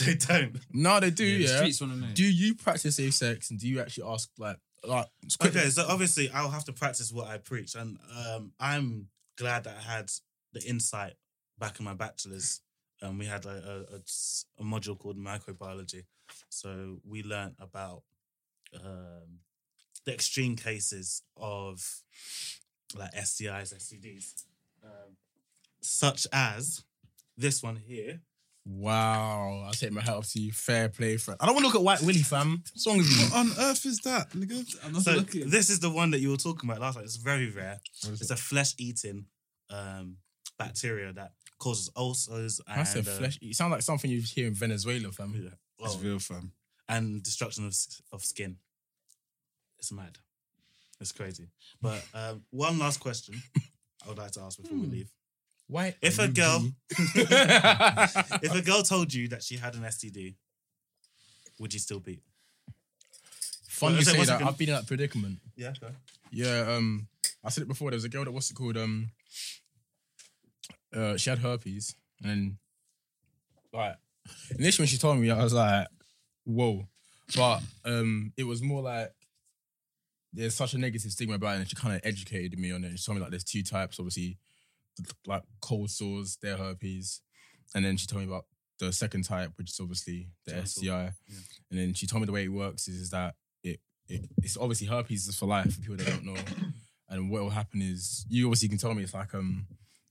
Speaker 4: they don't.
Speaker 5: No, they do.
Speaker 7: The
Speaker 5: Yeah.
Speaker 7: streets want to know.
Speaker 5: Do you practice safe sex, and do you actually ask like like? it's quick-
Speaker 4: Okay, so obviously I'll have to practice what I preach, and um, I'm glad that I had the insight back in my bachelor's. Um, we had a, a- a s- a module called microbiology, so we learnt about um, the extreme cases of like STIs, STDs, um, such as this one here.
Speaker 5: Wow, I take my hat off to you. Fair play, Fred. I don't want to look at White Willie, fam. As long as you.
Speaker 6: On earth is that, nigga? I'm not
Speaker 4: So
Speaker 6: looking.
Speaker 4: this is the one that you were talking about last time. It's very rare. It's a flesh-eating um, bacteria that causes ulcers and
Speaker 5: I said
Speaker 4: uh,
Speaker 5: flesh. You sound like something you hear in Venezuela, fam.
Speaker 4: yeah, well,
Speaker 6: It's real, fam.
Speaker 4: and destruction of s- of skin. It's mad. It's crazy. But um, one last question I would like to ask
Speaker 5: Hmm.
Speaker 4: before we leave:
Speaker 5: Why?
Speaker 4: If a girl,
Speaker 5: girl.
Speaker 4: if a girl told you that she had an STD, would you still beat?
Speaker 5: Fun
Speaker 4: Well,
Speaker 5: you
Speaker 4: I said,
Speaker 5: say
Speaker 4: what's
Speaker 5: that.
Speaker 4: it-
Speaker 5: I've been in that predicament.
Speaker 4: Yeah.
Speaker 5: Yeah, um, I said it before. There was a girl that what's it called? Um, uh, she had herpes, and like initially when she told me, I was like, "Whoa," but um, it was more like there's such a negative stigma about it, and she kind of educated me on it. She told me like there's two types, obviously, like cold sores, their herpes, and then she told me about the second type, which is obviously the
Speaker 4: Genital.
Speaker 5: STI, and then she told me the way it works is, is that it, it it's obviously herpes is for life for people that don't know, and what will happen is you obviously can tell me it's like um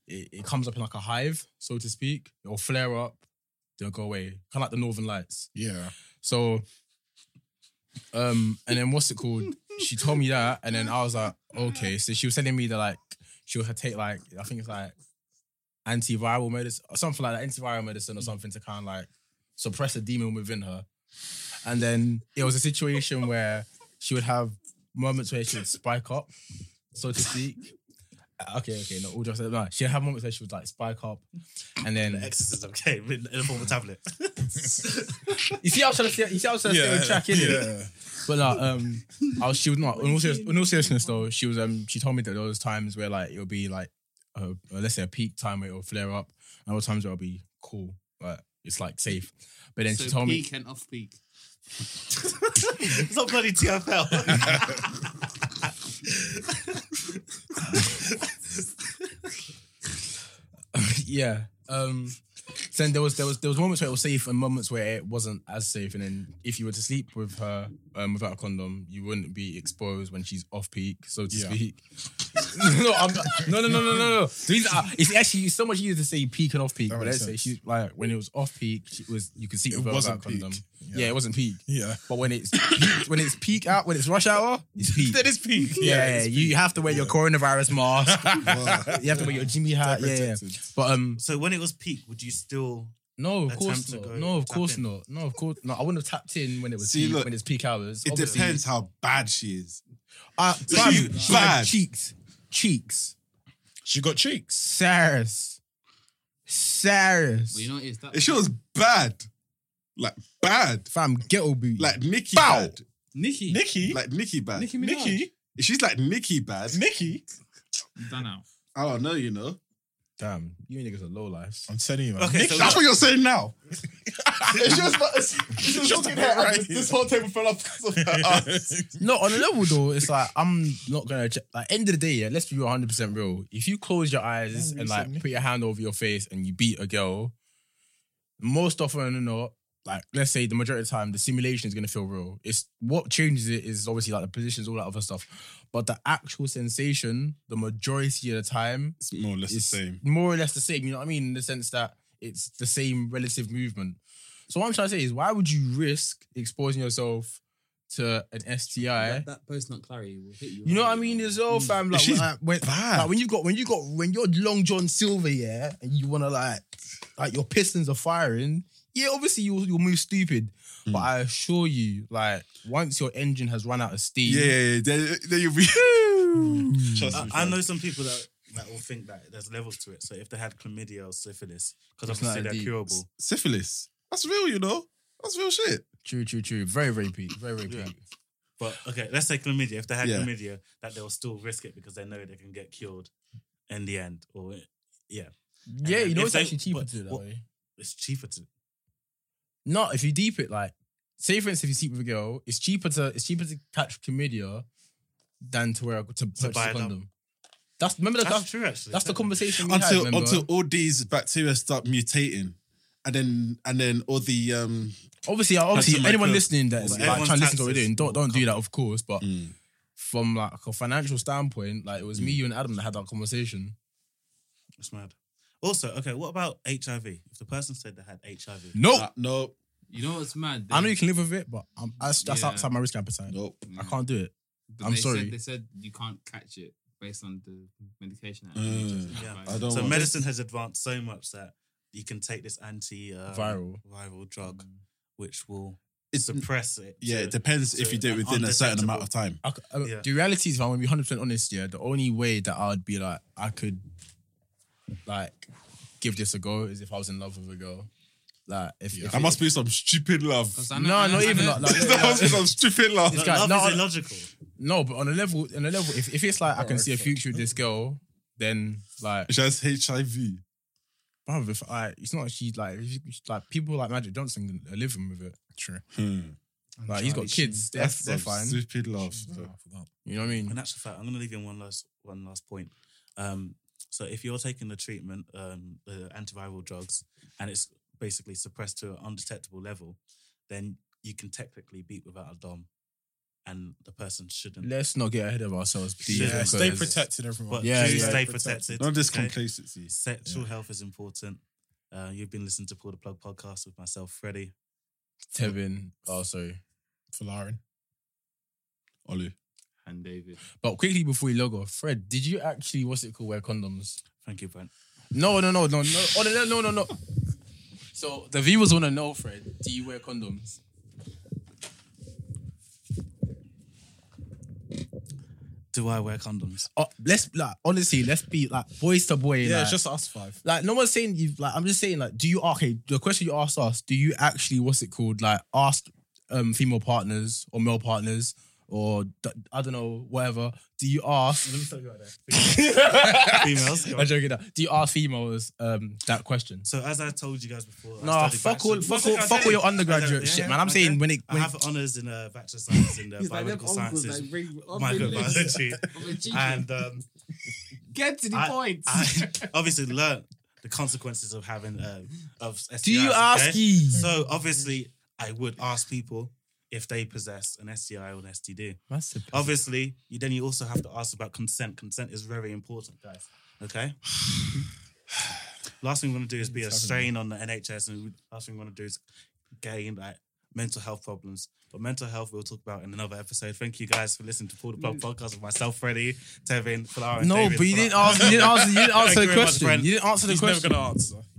Speaker 5: it, it comes up in like a hive, so to speak, it'll flare up, they'll go away, kind of like the Northern Lights.
Speaker 8: Yeah,
Speaker 5: So, um, and then what's it called? She told me that, and then I was like, okay. So she was telling me that like she would take like I think it's like antiviral medicine or something like that, antiviral medicine or something to kind of like suppress a demon within her. And then it was a situation where she would have moments where she would spike up, so to speak. Okay, okay, not all just no. She'd have moments where she would like spike up, and then
Speaker 4: Exorcism came in, in a form of tablet.
Speaker 5: you see how I was trying to stay, you see how I was trying to stay on track, innit? But like, um, I was she was not. In all, serious, in all seriousness, though, she was. Um, she told me that there was times where like it'll be like, uh, let's say a peak time where it'll flare up, and other times where it'll be cool, like it's like safe. But then
Speaker 7: so
Speaker 5: she told me
Speaker 7: peak and off peak.
Speaker 4: it's not bloody TFL.
Speaker 5: yeah. Um, so then there was there was there was moments where it was safe and moments where it wasn't as safe. And then if you were to sleep with her um, without a condom, you wouldn't be exposed when she's off peak, so to
Speaker 8: Yeah.
Speaker 5: speak. no, I'm not, no, no, no, no, no, no. The reason I- it's actually so much easier to say peak and off peak.
Speaker 8: That
Speaker 5: But
Speaker 8: makes
Speaker 5: let's say
Speaker 8: sense.
Speaker 5: she like when it was off peak, she was you could sleep
Speaker 8: It
Speaker 5: with her without
Speaker 8: wasn't
Speaker 5: a condom.
Speaker 8: peak.
Speaker 5: Yeah.
Speaker 8: Yeah.
Speaker 5: it wasn't peak.
Speaker 8: yeah.
Speaker 5: But when it's peak, when it's peak out, when it's rush hour, it's peak.
Speaker 8: That is peak.
Speaker 5: Yeah, you have to wear your coronavirus mask.
Speaker 8: Wow.
Speaker 5: you have to wear your Jimmy hat. Yeah, yeah.
Speaker 8: Protected.
Speaker 5: But um,
Speaker 4: so when it was peak, would you still?
Speaker 5: No, of
Speaker 4: attempt
Speaker 5: course
Speaker 4: to
Speaker 5: not.
Speaker 4: go
Speaker 5: No, of
Speaker 4: tap
Speaker 5: course
Speaker 4: in.
Speaker 5: not. No, of course no. I wouldn't have tapped in when it was
Speaker 6: See,
Speaker 5: peak,
Speaker 6: look,
Speaker 5: when it's peak hours.
Speaker 6: It
Speaker 5: Obviously-
Speaker 6: depends how bad she is.
Speaker 5: Uh,
Speaker 6: So you
Speaker 5: she had
Speaker 6: bad.
Speaker 5: cheeks, cheeks,
Speaker 8: She got cheeks.
Speaker 5: Cyrus, Cyrus,
Speaker 7: But you know what it is that
Speaker 6: If she was bad, like bad,
Speaker 5: fam, ghetto booty.
Speaker 6: like Nikki
Speaker 5: Bow.
Speaker 6: bad, Nikki.
Speaker 8: Nikki,
Speaker 3: Like Nicki bad.
Speaker 6: Nicki Minaj.
Speaker 8: Nikki,
Speaker 3: If she's like Nicki bad,
Speaker 8: Nikki.
Speaker 7: Done out.
Speaker 3: I don't know, you know.
Speaker 5: Damn, you niggas are low life.
Speaker 8: I'm telling you, man.
Speaker 4: Okay,
Speaker 8: Nikki.
Speaker 4: so
Speaker 3: That's what you're saying now. it's just like it's,
Speaker 8: Just
Speaker 3: it's just
Speaker 8: a
Speaker 3: looking
Speaker 8: bit
Speaker 3: at her,
Speaker 8: right
Speaker 3: this,
Speaker 8: here.
Speaker 3: this whole table fell off because of her ass.
Speaker 5: No, on a level though, it's like I'm not gonna. Ch- like end of the day, yeah. Let's be 100 percent real. If you close your eyes
Speaker 8: Yeah,
Speaker 5: and like
Speaker 8: recently.
Speaker 5: put your hand over your face and you beat a girl, most often than not, like let's say the majority of the time, the simulation is gonna feel real. It's what changes it is obviously like the positions, all that other stuff, but the actual sensation, the majority of the time,
Speaker 8: It's more or less
Speaker 5: it's more or less the same. You know what I mean? In the sense that it's the same relative movement. So what I'm trying to say is, why would you risk exposing yourself to an STI?
Speaker 7: That, that post not clarity will hit you. Mm.
Speaker 5: You know what I mean? As well, fam. Like,
Speaker 8: She's
Speaker 5: when, like, when,
Speaker 8: bad.
Speaker 5: like, when you got when you got when you're Long John Silver, yeah, and you wanna like like your pistons are firing. Yeah, obviously you'll you'll move stupid, but I assure you, like once your engine has run out of steam,
Speaker 3: Yeah, then, then you'll be.
Speaker 6: Trust
Speaker 5: Uh,
Speaker 6: me,
Speaker 4: I, I
Speaker 6: fam.
Speaker 4: know some people that, that will think that there's levels to it. So if they had chlamydia or syphilis, because
Speaker 5: It's
Speaker 4: obviously
Speaker 5: not
Speaker 4: they're
Speaker 5: indeed.
Speaker 4: curable.
Speaker 3: Syphilis. That's real, you know. That's real shit.
Speaker 5: true, true, true. Very, very peak, very, very peak.
Speaker 4: But okay, let's say chlamydia. If they had
Speaker 3: Yeah.
Speaker 4: chlamydia, that they'll still risk it because they know they can get cured in the end. Or
Speaker 5: Yeah, you know
Speaker 4: If
Speaker 5: it's
Speaker 4: they-
Speaker 5: actually cheaper
Speaker 4: but-
Speaker 5: to do it that
Speaker 4: what-
Speaker 5: way.
Speaker 4: it's cheaper to.
Speaker 5: No, if you deep it, like say for instance, if you sleep with a girl, it's cheaper to it's cheaper to catch chlamydia than to wear a, to, purchase
Speaker 4: buy
Speaker 5: a
Speaker 4: a dump.
Speaker 5: condom. That's remember that's
Speaker 4: That's,
Speaker 5: that's,
Speaker 4: true, actually.
Speaker 5: the conversation we had,
Speaker 6: until
Speaker 5: remember?
Speaker 6: until all these bacteria start mutating, and then and then all the um
Speaker 5: Obviously, obviously,
Speaker 6: That's
Speaker 5: anyone
Speaker 6: micro-
Speaker 5: listening that is
Speaker 4: uh, Well,
Speaker 5: like, trying
Speaker 4: everyone's
Speaker 5: to listen to what we're
Speaker 4: taxes
Speaker 5: doing, don't
Speaker 4: will
Speaker 5: don't do
Speaker 4: come.
Speaker 5: that, of course. But
Speaker 6: Mm.
Speaker 5: from like a financial standpoint, like it was me, you, and Adam that had that conversation.
Speaker 4: It's mad. Also, okay, what about HIV? If the person said they had HIV,
Speaker 5: No,
Speaker 6: uh, no
Speaker 7: You know what's mad?
Speaker 5: I know you can live with it, but um, that's, that's
Speaker 7: Yeah.
Speaker 5: outside my risk appetite.
Speaker 6: no
Speaker 5: I can't do it.
Speaker 7: Mm. But
Speaker 5: I'm
Speaker 7: they
Speaker 5: sorry.
Speaker 7: Said, they said you can't catch it based on the medication. that
Speaker 6: Uh,
Speaker 7: you mm. just
Speaker 4: yeah.
Speaker 7: have.
Speaker 6: I don't.
Speaker 4: so
Speaker 6: want-
Speaker 4: medicine has advanced so much that you can take this anti uh,
Speaker 5: Viral.
Speaker 4: viral drug,
Speaker 7: Mm.
Speaker 4: which will
Speaker 6: It's-
Speaker 4: suppress it.
Speaker 6: yeah,
Speaker 4: to-
Speaker 6: it depends if
Speaker 4: so
Speaker 6: you do it
Speaker 4: an
Speaker 6: within a certain amount of time.
Speaker 5: I c uh,
Speaker 4: Yeah.
Speaker 5: The reality is, if I'm gonna be 100 percent honest, yeah, the only way that I'd be like, I could, like, give this a go is if I was in love with a girl. Like, if, if
Speaker 6: That
Speaker 5: it-
Speaker 6: must be some stupid love.
Speaker 7: 'Cause
Speaker 6: That
Speaker 7: I know-
Speaker 5: no,
Speaker 7: I know-
Speaker 5: not
Speaker 7: I
Speaker 5: even
Speaker 7: know-
Speaker 5: like, like,
Speaker 6: must be some stupid love.
Speaker 4: Lo-
Speaker 5: guy-
Speaker 4: love
Speaker 5: no, I-
Speaker 4: is illogical.
Speaker 5: no, but on a level, on a level, if, if it's like I can see a future with this girl, then like.
Speaker 6: She has HIV.
Speaker 5: Bruv, if I, it's not she's like, if you- like people like Magic Johnson are living with it. True. Like he's got kids. They're,
Speaker 6: Hmm. That's
Speaker 5: they're
Speaker 6: some
Speaker 5: fine.
Speaker 6: Stupid love.
Speaker 5: You know what I mean?
Speaker 4: In actual fact, I'm going to leave you on one last one last point. Um, so if you're taking the treatment, um, the antiviral drugs, and it's basically suppressed to an undetectable level, then you can technically beat without a dom, and the person shouldn't.
Speaker 5: Let's not get ahead of ourselves, please.
Speaker 4: Yeah,
Speaker 8: Yeah, stay
Speaker 5: because-
Speaker 8: protected, everyone.
Speaker 4: But
Speaker 5: Yeah,
Speaker 4: do
Speaker 5: yeah.
Speaker 4: stay
Speaker 8: Stay
Speaker 4: protected.
Speaker 6: Not this
Speaker 4: okay?
Speaker 6: complacency.
Speaker 4: Sexual health is important. Uh, you've been listening to Pull the Plug podcast with myself, Freddie.
Speaker 5: Tevin. Oh, sorry.
Speaker 8: for Lauren.
Speaker 6: Olu.
Speaker 7: And David.
Speaker 5: But quickly before we log off, Fred, did you actually what's it called? Wear condoms?
Speaker 4: Thank you, Brent.
Speaker 5: No, no, no, no, no. Oh, no, no, no, no. So the viewers want to know, Fred, do you wear condoms?
Speaker 4: Do I wear condoms?
Speaker 5: Oh, let's like honestly, let's be like boys to boy.
Speaker 8: Yeah,
Speaker 5: like-
Speaker 8: it's just us five.
Speaker 5: like no one's saying you like I'm just saying like do you ah, okay the question you asked us do you actually what's it called like ask um female partners or male partners or d- I don't know whatever do you ask let me start going there
Speaker 4: Females.
Speaker 5: I'm joking now. do you ask females um that question
Speaker 4: So as I told you guys before, I
Speaker 5: no
Speaker 4: studied
Speaker 5: fuck all
Speaker 4: bachelor-
Speaker 5: fuck
Speaker 4: Well,
Speaker 5: all
Speaker 4: I think I
Speaker 5: fuck all
Speaker 4: did.
Speaker 5: your undergraduate
Speaker 4: Yeah,
Speaker 5: shit man I'm
Speaker 4: okay.
Speaker 5: saying when it
Speaker 4: I
Speaker 5: when
Speaker 4: have honors in uh, bachelor of science and uh,
Speaker 7: He's like them
Speaker 4: biomedical
Speaker 7: uncles
Speaker 4: sciences,
Speaker 7: that bring up religious-
Speaker 4: microbiology,
Speaker 7: up the cheeky.
Speaker 4: and um,
Speaker 7: Get to the
Speaker 4: I-
Speaker 7: point.
Speaker 4: I obviously learned the consequences of having uh, of STIs,
Speaker 5: do you
Speaker 4: okay?
Speaker 5: ask ye
Speaker 4: So obviously, I would ask people if they possess an STI or an STD. Oh, Obviously, you then you also have to ask about consent. Consent is very important, guys. Okay. last thing we want to do is be a strain on the NHS, and last thing we want to do is gain like mental health problems. But mental health, we'll talk about in another episode. Thank you guys for listening to Pull the Plug podcast with myself, Freddie, Tevin, Flower. and
Speaker 5: no
Speaker 4: David.
Speaker 5: but you didn't
Speaker 4: Fla-
Speaker 5: ask you didn't answer you didn't
Speaker 4: Thank
Speaker 5: answer
Speaker 4: you
Speaker 5: the
Speaker 4: very much,
Speaker 5: question
Speaker 4: friend.
Speaker 5: you didn't answer the
Speaker 8: He's
Speaker 5: question
Speaker 8: never gonna answer.